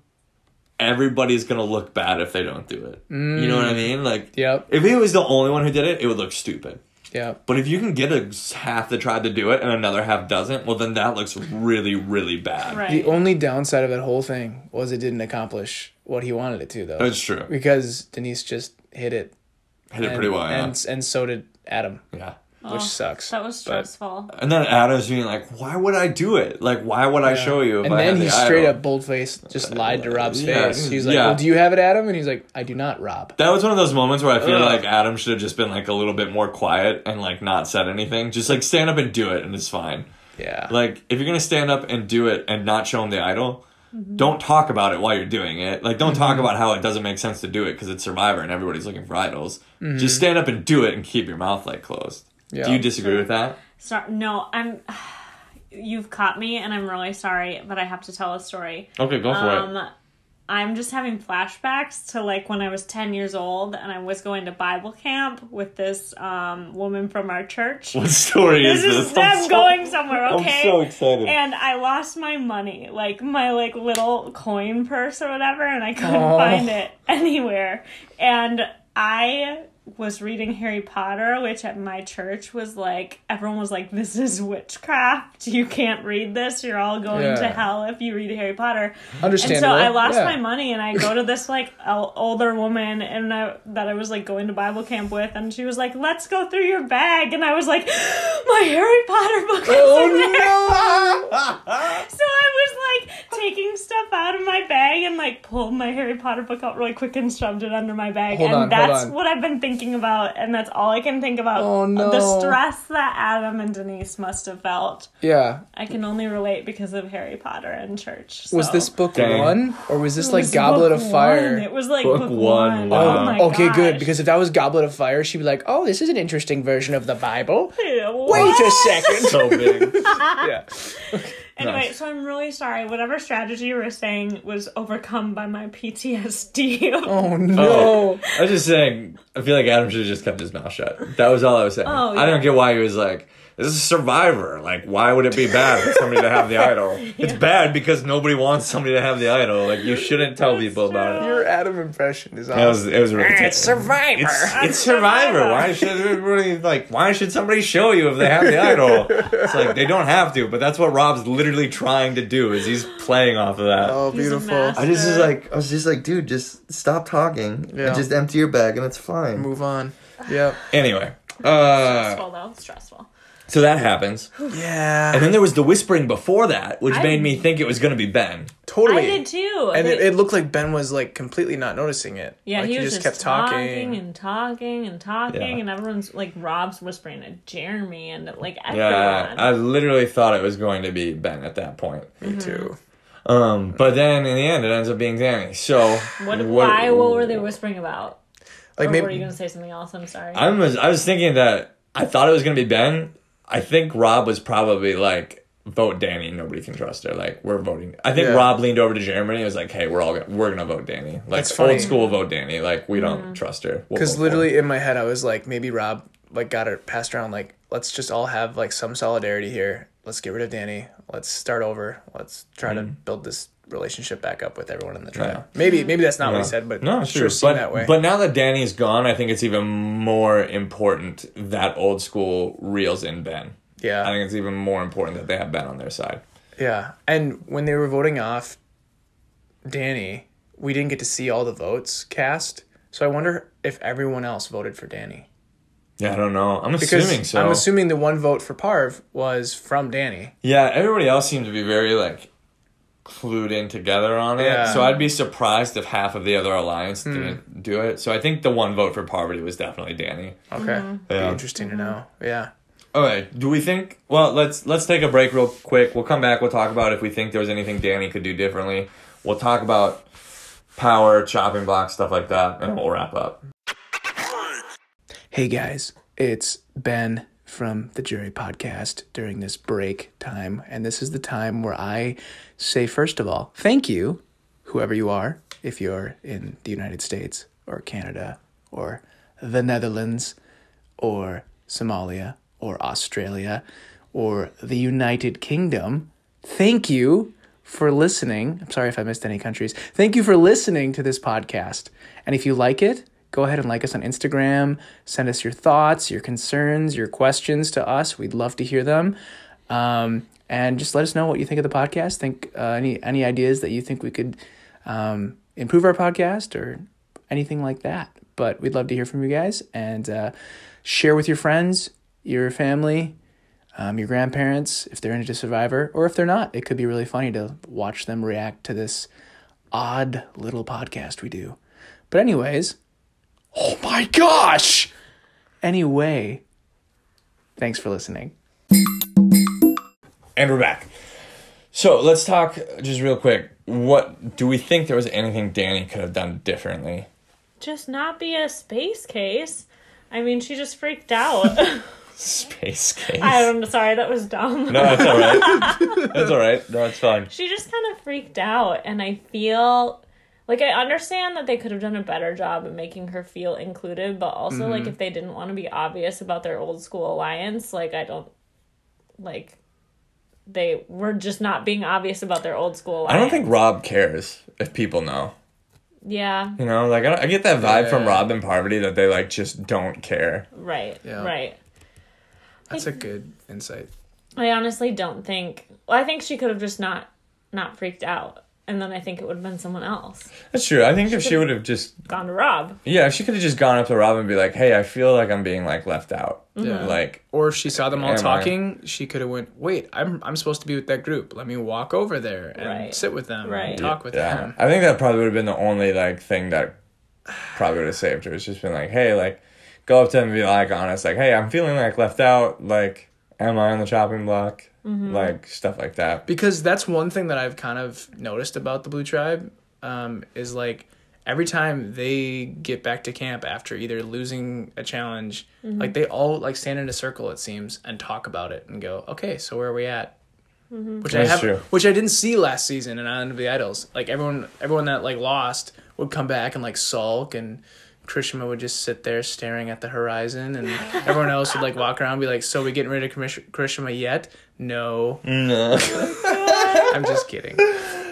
Speaker 1: everybody's going to look bad if they don't do it. You know what I mean? Like
Speaker 2: Yep.
Speaker 1: if he was the only one who did it, it would look stupid.
Speaker 2: Yep.
Speaker 1: But if you can get a half the tribe to do it and another half doesn't, well then that looks really, really bad.
Speaker 3: Right.
Speaker 2: The only downside of that whole thing was it didn't accomplish what he wanted it to, though.
Speaker 1: That's true.
Speaker 2: because Denise just hit it.
Speaker 1: Hit it
Speaker 2: and,
Speaker 1: pretty well. Yeah.
Speaker 2: and and so did Adam,
Speaker 1: yeah.
Speaker 2: which sucks.
Speaker 3: Oh, That was
Speaker 2: But-
Speaker 3: stressful.
Speaker 1: And then Adam's being like, "Why would I do it? Like, why would I show you?" If
Speaker 2: And
Speaker 1: I
Speaker 2: then
Speaker 1: had
Speaker 2: he
Speaker 1: the idol?"
Speaker 2: straight
Speaker 1: Uh,
Speaker 2: up boldfaced just lied to Rob's
Speaker 1: yeah,
Speaker 2: face. He's like,
Speaker 1: yeah.
Speaker 2: "Well, do you have it, Adam?" And he's like, "I do not, Rob."
Speaker 1: That was one of those moments where I feel
Speaker 2: Ugh.
Speaker 1: like Adam should have just been like a little bit more quiet and like not said anything. Just like stand up and do it, and it's fine.
Speaker 2: Yeah.
Speaker 1: Like, if you're gonna stand up and do it and not show him the idol,
Speaker 3: Mm-hmm.
Speaker 1: don't talk about it while you're doing it. Like, don't talk about how it doesn't make sense to do it because it's Survivor and everybody's looking for idols. Just stand up and do it and keep your mouth like closed.
Speaker 2: Yeah.
Speaker 1: Do you disagree with that?
Speaker 3: Sorry. No, I'm. You've caught me, and I'm really sorry, but I have to tell a story.
Speaker 1: Okay, go for it.
Speaker 3: Um, I'm just having flashbacks to like when I was 10 years old and I was going to Bible camp with this um, woman from our church.
Speaker 1: What story
Speaker 3: This
Speaker 1: is this?
Speaker 3: is them going somewhere, okay?
Speaker 1: I'm so excited.
Speaker 3: and I lost my money, like my like little coin purse or whatever, and I couldn't
Speaker 2: Oh.
Speaker 3: find it anywhere. And I was reading Harry Potter, which at my church was like everyone was like, "This is witchcraft. You can't read this. You're all going to
Speaker 2: Yeah.
Speaker 3: hell if you read Harry Potter." And so
Speaker 2: Understandable.
Speaker 3: I lost
Speaker 2: Yeah.
Speaker 3: my money, and I go to this like el- older woman, and I, that I was like going to Bible camp with, and she was like, "Let's go through your bag," and I was like, "My Harry Potter book is in there."
Speaker 1: Oh no!
Speaker 3: So I was like taking stuff out of my bag and like pulled my Harry Potter book out really quick and shoved it under my bag.
Speaker 2: Hold
Speaker 3: and
Speaker 2: on, hold
Speaker 3: that's
Speaker 2: on.
Speaker 3: what I've been thinking about, and that's all I can think about.
Speaker 2: Oh, no.
Speaker 3: The stress that Adam and Denise must have felt.
Speaker 2: Yeah.
Speaker 3: I can only relate because of Harry Potter and church.
Speaker 2: Was
Speaker 3: so.
Speaker 2: this book
Speaker 1: Dang.
Speaker 2: one or was this
Speaker 3: It
Speaker 2: like
Speaker 3: was
Speaker 2: Goblet
Speaker 3: book
Speaker 2: of Fire?
Speaker 3: one. It was like
Speaker 1: Book
Speaker 3: book,
Speaker 1: one,
Speaker 3: one.
Speaker 1: wow.
Speaker 3: Oh my
Speaker 2: okay, good.
Speaker 3: gosh.
Speaker 2: Because if that was Goblet of Fire, she'd be like, "Oh, this is an interesting version of the Bible."
Speaker 3: Yeah,
Speaker 2: Wait a
Speaker 3: what?
Speaker 2: second.
Speaker 1: so big.
Speaker 2: yeah.
Speaker 3: Anyway, so I'm really sorry. Whatever strategy you were saying was overcome by my PTSD.
Speaker 2: Oh no.
Speaker 1: Oh. I was just saying, I feel like Adam should have just kept his mouth shut. That was all I was saying.
Speaker 3: Oh,
Speaker 1: I don't
Speaker 3: yeah.
Speaker 1: get why he was like, this is Survivor. Like, why would it be bad for somebody to have the idol? It's bad because nobody wants somebody to have the idol. Like, you shouldn't tell people about it.
Speaker 3: true.
Speaker 2: Your Adam impression is
Speaker 1: It
Speaker 2: awesome.
Speaker 1: was, it was really
Speaker 2: it's Survivor.
Speaker 1: It's, it's
Speaker 3: Survivor.
Speaker 1: Survivor. Why should everybody, like, why should somebody show you if they have the idol? It's like, they don't have to, but that's what Rob's literally trying to do is he's playing off of that.
Speaker 2: oh,
Speaker 3: He's a
Speaker 2: beautiful.
Speaker 3: mess.
Speaker 1: I just was like, I was just like, dude, just stop talking
Speaker 2: Yeah.
Speaker 1: and just empty your bag and it's fine.
Speaker 2: Move on. Yep.
Speaker 1: Anyway, uh,
Speaker 3: stressful though. Stressful.
Speaker 1: so that happens,
Speaker 2: Yeah.
Speaker 1: and then there was the whispering before that, which
Speaker 3: I-
Speaker 1: made me think it was gonna be Ben.
Speaker 2: Totally.
Speaker 3: I did too.
Speaker 2: And it,
Speaker 3: They-
Speaker 2: it looked like Ben was like completely not noticing it.
Speaker 3: yeah,
Speaker 2: like,
Speaker 3: he, was just,
Speaker 2: kept
Speaker 3: talking.
Speaker 2: talking.
Speaker 3: and talking and talking,
Speaker 1: Yeah.
Speaker 3: and everyone's like Rob's whispering to Jeremy and like everyone.
Speaker 1: Yeah, I literally thought it was going to be Ben at that point.
Speaker 2: Me too.
Speaker 1: Um, but then in the end, it ends up being Danny. So
Speaker 3: what, Why? What were they whispering about?
Speaker 2: Like
Speaker 3: Or were you
Speaker 2: maybe
Speaker 3: gonna say something else? I'm sorry.
Speaker 1: I was I was thinking that I thought it was gonna be Ben. I think Rob was probably like, vote Danny. Nobody can trust her. Like we're voting. I think
Speaker 2: Yeah.
Speaker 1: Rob leaned over to Jeremy and was like, hey, we're all gonna, we're gonna vote Danny. Like
Speaker 2: That's funny.
Speaker 1: old school vote Danny. Like we don't trust her. We'll vote
Speaker 2: because
Speaker 1: for
Speaker 2: literally in my head I was like maybe Rob like got it passed around like let's just all have like some solidarity here. Let's get rid of Danny. Let's start over. Let's try to
Speaker 1: Mm-hmm.
Speaker 2: build this relationship back up with everyone in the tribe. Maybe maybe that's not what he said, but
Speaker 1: No,
Speaker 2: it
Speaker 1: sure.
Speaker 2: sure seemed
Speaker 1: but,
Speaker 2: that way.
Speaker 1: but now that Danny's gone, I think it's even more important that old school reels in Ben.
Speaker 2: Yeah.
Speaker 1: I think it's even more important that they have Ben on their side.
Speaker 2: Yeah. And when they were voting off Danny, we didn't get to see all the votes cast. So I wonder if everyone else voted for Danny.
Speaker 1: Yeah, I don't know. I'm
Speaker 2: Because
Speaker 1: assuming so.
Speaker 2: I'm assuming the one vote for Parv was from Danny.
Speaker 1: yeah, everybody else seemed to be very like clued in together on it.
Speaker 2: Yeah.
Speaker 1: So I'd be surprised if half of the other alliance didn't do it. So I think the one vote for poverty was definitely Danny.
Speaker 2: Okay. Be
Speaker 1: Yeah.
Speaker 2: interesting to know. Yeah.
Speaker 1: All right. Do we think? Well, let's let's take a break real quick. We'll come back. We'll talk about if we think there was anything Danny could do differently. We'll talk about power, chopping blocks, stuff like that, and we'll wrap up.
Speaker 2: Hey guys, it's Ben from the Jury Podcast during this break time. And this is the time where I say, first of all, thank you, whoever you are, if you're in the United States or Canada or the Netherlands or Somalia or Australia or the United Kingdom. Thank you for listening. I'm sorry if I missed any countries. Thank you for listening to this podcast. And if you like it, go ahead and like us on Instagram. Send us your thoughts, your concerns, your questions to us. We'd love to hear them. Um, and just let us know what you think of the podcast. Think uh, any any ideas that you think we could um, improve our podcast or anything like that. But we'd love to hear from you guys and uh, share with your friends, your family, um, your grandparents, if they're into Survivor, or if they're not, it could be really funny to watch them react to this odd little podcast we do. But, anyways, oh my gosh! Anyway, thanks for listening.
Speaker 1: And we're back. So let's talk just real quick. What do we think there was anything Danny could have done differently?
Speaker 3: Just not be a space case. I mean, she just freaked out.
Speaker 1: Space case.
Speaker 3: I'm sorry, that was dumb.
Speaker 1: No, that's all right. that's all right. No, it's fine.
Speaker 3: she just kind of freaked out and i feel like i understand that they could have done a better job of making her feel included but also
Speaker 1: Mm-hmm.
Speaker 3: like if they didn't want to be obvious about their old school alliance like i don't like they were just not being obvious about their old school alliance
Speaker 1: I don't think Rob cares if people know.
Speaker 3: yeah
Speaker 1: You know, like I, don't, I get that vibe from
Speaker 2: Yeah.
Speaker 1: Rob and Poverty that they like just don't care.
Speaker 3: right
Speaker 2: Yeah.
Speaker 3: right
Speaker 2: That's a good insight.
Speaker 3: i honestly don't think well i think she could have just not not freaked out and then i think it would have been someone else
Speaker 1: That's true. I think if she would have just
Speaker 3: gone to rob
Speaker 1: Yeah, if she could have just gone up to Rob and be like, "Hey, I feel like I'm being like left out."
Speaker 2: Yeah.
Speaker 1: Like,
Speaker 2: Or if she saw them all
Speaker 1: Am I?
Speaker 2: talking, she could have went, "Wait, I'm I'm supposed to be with that group. Let me walk over there and
Speaker 3: Right.
Speaker 2: sit with them,
Speaker 3: Right.
Speaker 2: and talk with
Speaker 1: yeah.
Speaker 2: them."
Speaker 1: I think that probably would have been the only like thing that probably would have saved her. It's just been like, "Hey, like go up to him and be like honest, like, "Hey, I'm feeling like left out. Like, am I on the chopping block?"
Speaker 2: Mm-hmm.
Speaker 1: Like stuff like that.
Speaker 2: because that's one thing that I've kind of noticed about the Blue Tribe um, is like every time they get back to camp after either losing a challenge, like they all like stand in a circle it seems and talk about it and go, okay, so where are we at? Which
Speaker 1: That's
Speaker 2: I have,
Speaker 1: true.
Speaker 2: which I didn't see last season in Island of the Idols. Like everyone, everyone that like lost would come back and like sulk, and Krishna would just sit there staring at the horizon, and everyone else would like walk around and be like, "So we getting rid of Krish- Krishna yet? No,
Speaker 1: No.
Speaker 2: I'm just kidding."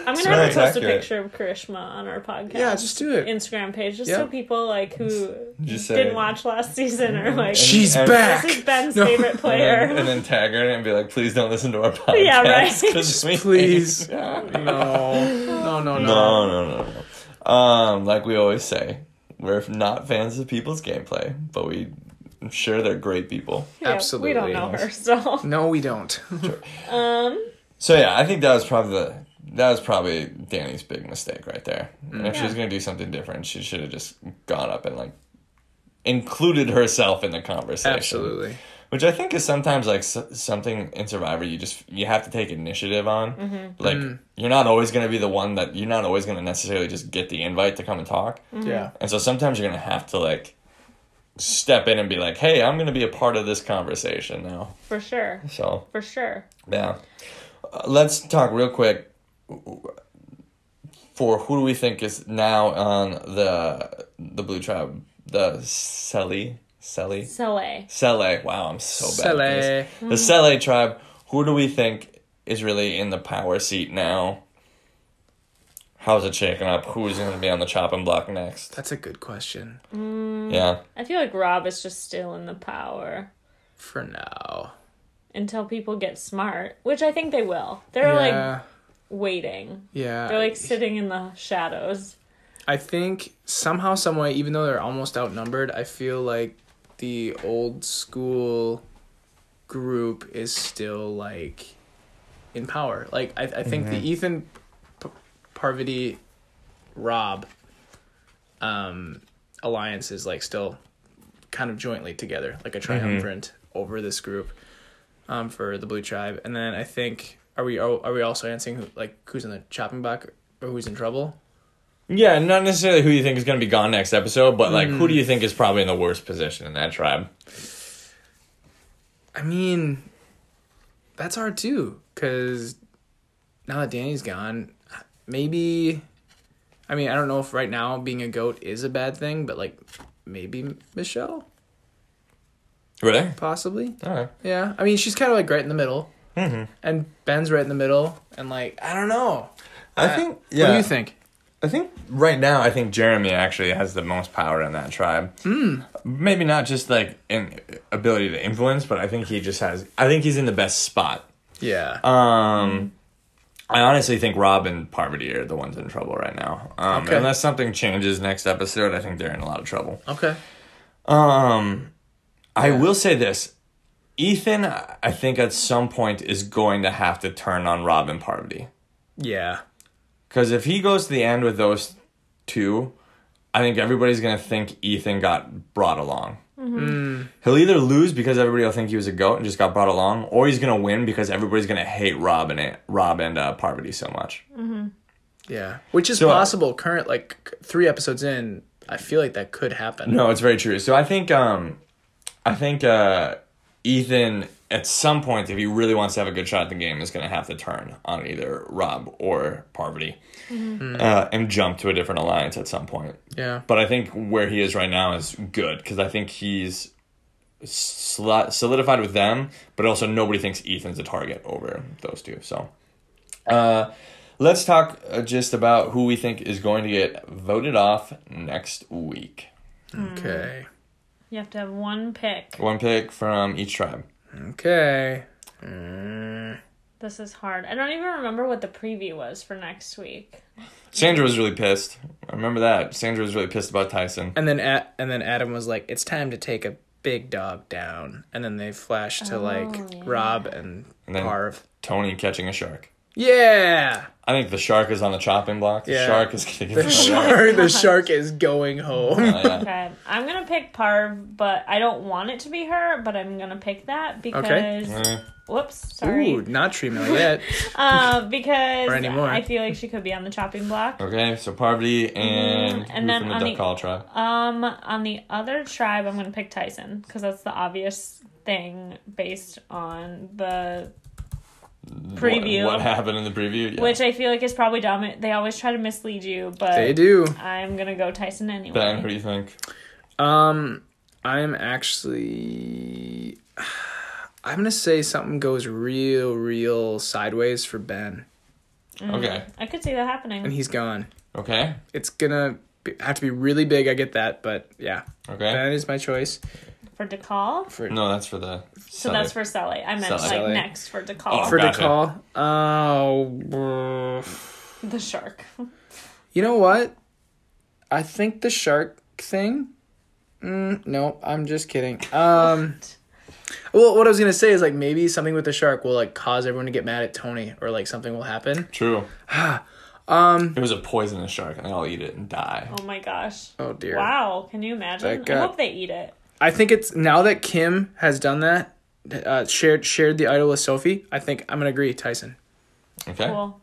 Speaker 3: i'm gonna have
Speaker 1: very
Speaker 3: to post a
Speaker 1: accurate.
Speaker 3: picture of karishma on our podcast
Speaker 2: Yeah, just do it.
Speaker 3: Instagram page just
Speaker 2: Yeah.
Speaker 3: so people like who
Speaker 1: Just say-
Speaker 3: didn't watch last season or like
Speaker 2: She's
Speaker 1: And-
Speaker 2: back.
Speaker 3: this is Ben's
Speaker 2: No.
Speaker 3: favorite player.
Speaker 1: And, then, and then tag her and be like, "Please don't listen to our podcast."
Speaker 3: Yeah, right.
Speaker 1: 'cause we-
Speaker 2: Please.
Speaker 1: Yeah.
Speaker 2: No, no, no, no.
Speaker 1: No, no, no, no. Um, like we always say, we're not fans of people's gameplay, but we, I'm sure they're great people.
Speaker 3: Yeah,
Speaker 2: Absolutely.
Speaker 3: we don't know her, so
Speaker 2: No, we don't.
Speaker 3: um,
Speaker 1: So yeah, I think that was probably the that was probably Danny's big mistake right there. And if she was gonna do something different, she should have just gone up and like included herself in the conversation.
Speaker 2: Absolutely.
Speaker 1: Which I think is sometimes like s- something in Survivor you just you have to take initiative on. Like you're not always gonna be the one that you're not always gonna necessarily just get the invite to come and talk.
Speaker 3: Mm-hmm.
Speaker 2: Yeah.
Speaker 1: And so sometimes you're gonna have to like step in and be like, "Hey, I'm gonna be a part of this conversation now."
Speaker 3: for sure,
Speaker 1: So
Speaker 3: for sure.
Speaker 1: yeah, Uh, let's talk real quick. For who do we think is now on the the blue tribe? The Sele, Sele,
Speaker 3: Sele,
Speaker 1: Sele. Wow, I'm
Speaker 2: Oh,
Speaker 1: so bad. at this.
Speaker 2: Sele.
Speaker 1: The Sele tribe. Who do we think is really in the power seat now? How's it shaking up? Who's going to be on the chopping block next?
Speaker 2: That's a good question.
Speaker 1: Yeah.
Speaker 3: I feel like Rob is just still in the power
Speaker 2: For now.
Speaker 3: until people get smart, which I think they will. They're
Speaker 2: yeah.
Speaker 3: like waiting.
Speaker 2: yeah.
Speaker 3: They're like sitting in the shadows.
Speaker 2: I think somehow, someway, even though they're almost outnumbered, I feel like the old school group is still like in power. Like I, I think the Ethan, P- Parvati, Rob, um, alliance is like still kind of jointly together, like a triumvirate over this group, um, for the Blue Tribe. And then I think are we are, are we also answering who, like who's in the chopping block or who's in trouble?
Speaker 1: Yeah, not necessarily who you think is going to be gone next episode, but like who do you think is probably in the worst position in that tribe?
Speaker 2: I mean, that's hard too, because now that Danny's gone, maybe. I mean, I don't know if right now being a goat is a bad thing, but like maybe Michelle,
Speaker 1: Really?
Speaker 2: possibly.
Speaker 1: All right.
Speaker 2: Yeah, I mean, she's kind of like right in the middle, mm-hmm. and Ben's right in the middle, and like I don't know.
Speaker 1: I think. Yeah.
Speaker 2: What do you think?
Speaker 1: I think right now, I think Jeremy actually has the most power in that tribe. Maybe not just like an ability to influence, but I think he just has. I think he's in the best spot.
Speaker 2: Yeah.
Speaker 1: Um, I honestly think Rob and Parvati are the ones in trouble right now. Um,
Speaker 2: Okay.
Speaker 1: Unless something changes next episode, I think they're in a lot of trouble.
Speaker 2: okay.
Speaker 1: Um, I will say this. Ethan, I think at some point is going to have to turn on Rob and Parvati.
Speaker 2: Yeah.
Speaker 1: Because if he goes to the end with those two, I think everybody's going to think Ethan got brought along. He'll either lose because everybody will think he was a goat and just got brought along, or he's going to win because everybody's going to hate Rob and it, Rob and uh, Parvati so much.
Speaker 2: Yeah. Which is
Speaker 1: So, uh,
Speaker 2: possible. Current like c- three episodes in, I feel like that could happen.
Speaker 1: No, it's very true. So I think um I think uh Ethan at some point if he really wants to have a good shot at the game is going to have to turn on either Rob or Parvati uh, and jump to a different alliance at some point.
Speaker 2: Yeah.
Speaker 1: But I think where he is right now is good cuz I think he's sli- solidified with them, but also nobody thinks Ethan's a target over those two. So uh let's talk uh, just about who we think is going to get voted off next week.
Speaker 2: Okay.
Speaker 3: You have to have one pick.
Speaker 1: One pick from each tribe.
Speaker 2: Okay.
Speaker 3: This is hard. I don't even remember what the preview was for next week.
Speaker 1: Sandra was really pissed. I remember that. Sandra was really pissed about Tyson.
Speaker 2: And then a- and then Adam was like, "It's time to take a big dog down." And then they flash to like
Speaker 3: Oh, yeah.
Speaker 2: Rob and,
Speaker 1: then-
Speaker 2: Parv.
Speaker 1: Tony catching a shark.
Speaker 2: Yeah.
Speaker 1: I think the shark is on the chopping block. The
Speaker 2: Yeah.
Speaker 1: shark is kicking
Speaker 3: Oh
Speaker 2: The shark. The shark is going home.
Speaker 1: yeah.
Speaker 3: Okay, I'm gonna pick Parv, but I don't want it to be her, but I'm gonna pick that because.
Speaker 1: Mm.
Speaker 3: Whoops, sorry.
Speaker 2: Ooh, not treatment like that.
Speaker 3: Uh, because
Speaker 2: Or anymore.
Speaker 3: I feel like she could be on the chopping block.
Speaker 1: Okay, so Parvati and,
Speaker 3: Mhm.
Speaker 1: and
Speaker 3: And
Speaker 1: then
Speaker 3: then
Speaker 1: from the
Speaker 3: on
Speaker 1: Duck
Speaker 3: the-
Speaker 1: Call tribe.
Speaker 3: Um, on the other tribe, I'm gonna pick Tyson because that's the obvious thing based on the preview,
Speaker 1: What, what happened in the preview? Yeah.
Speaker 3: which I feel like is probably dominant. They always try to mislead you, but
Speaker 2: They do.
Speaker 3: I'm gonna go Tyson anyway.
Speaker 1: ben, who do you think?
Speaker 2: Um, I'm actually. I'm gonna say something goes real, real sideways for Ben,
Speaker 3: Mm-hmm.
Speaker 1: Okay.
Speaker 3: I could see that happening.
Speaker 2: and he's gone.
Speaker 1: Okay.
Speaker 2: It's gonna be, have to be really big. I get that, but yeah,
Speaker 1: Okay.
Speaker 2: Ben is my choice.
Speaker 3: for DeCall.
Speaker 2: For
Speaker 1: No, that's for the.
Speaker 3: So that's for Sally. I meant
Speaker 1: Sully.
Speaker 3: like
Speaker 2: Sully.
Speaker 3: next for DeCall.
Speaker 1: Oh,
Speaker 2: for
Speaker 1: gotcha.
Speaker 2: DeCall. Oh,
Speaker 3: The shark. Oh
Speaker 2: you know what? I think the shark thing. Mm, no, I'm just kidding. Um, well, what I was gonna say is like maybe something with the shark will like cause everyone to get mad at Tony, or like something will happen.
Speaker 1: True. um. It was a poisonous shark, and they all eat it and die.
Speaker 3: Oh my gosh.
Speaker 2: Oh dear.
Speaker 3: Wow. Can you imagine?
Speaker 2: That guy-
Speaker 3: I hope they eat it.
Speaker 2: I think it's now that Kim has done that, uh, shared shared the idol with Sophie. I think I'm gonna agree, Tyson.
Speaker 1: Okay.
Speaker 3: Oh, Cool.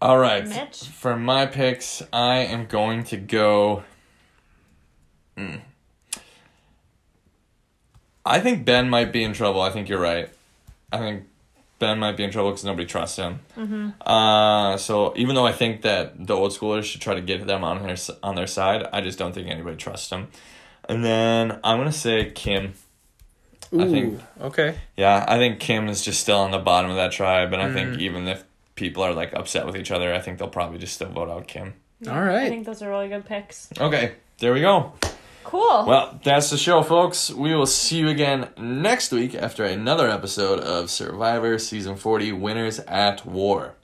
Speaker 1: All right.
Speaker 3: Mitch?
Speaker 1: For my picks, I am going to go. Mm. I think Ben might be in trouble. I think you're right. I think Ben might be in trouble because nobody trusts him. Uh, so even though I think that the old schoolers should try to get them on their s- on their side, I just don't think anybody trusts him. And then I'm gonna say Kim.
Speaker 2: Ooh,
Speaker 1: think-
Speaker 2: okay.
Speaker 1: Yeah, I think Kim is just still on the bottom of that tribe, and I think even if people are like upset with each other, I think they'll probably just still vote out Kim.
Speaker 2: All
Speaker 3: I
Speaker 2: right.
Speaker 3: think those are really good picks.
Speaker 1: Okay, there we go.
Speaker 3: Cool.
Speaker 1: Well, that's the show, folks. We will see you again next week after another episode of Survivor Season 40 Winners at War.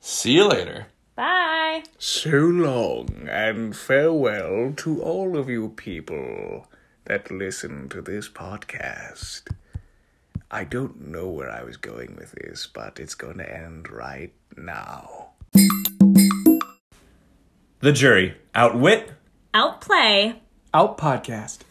Speaker 1: See you later.
Speaker 3: Bye.
Speaker 2: So long and farewell to all of you people that listen to this podcast. I don't know where I was going with this, but it's going to end right now.
Speaker 1: The jury outwit
Speaker 3: Outplay.
Speaker 2: Out podcast.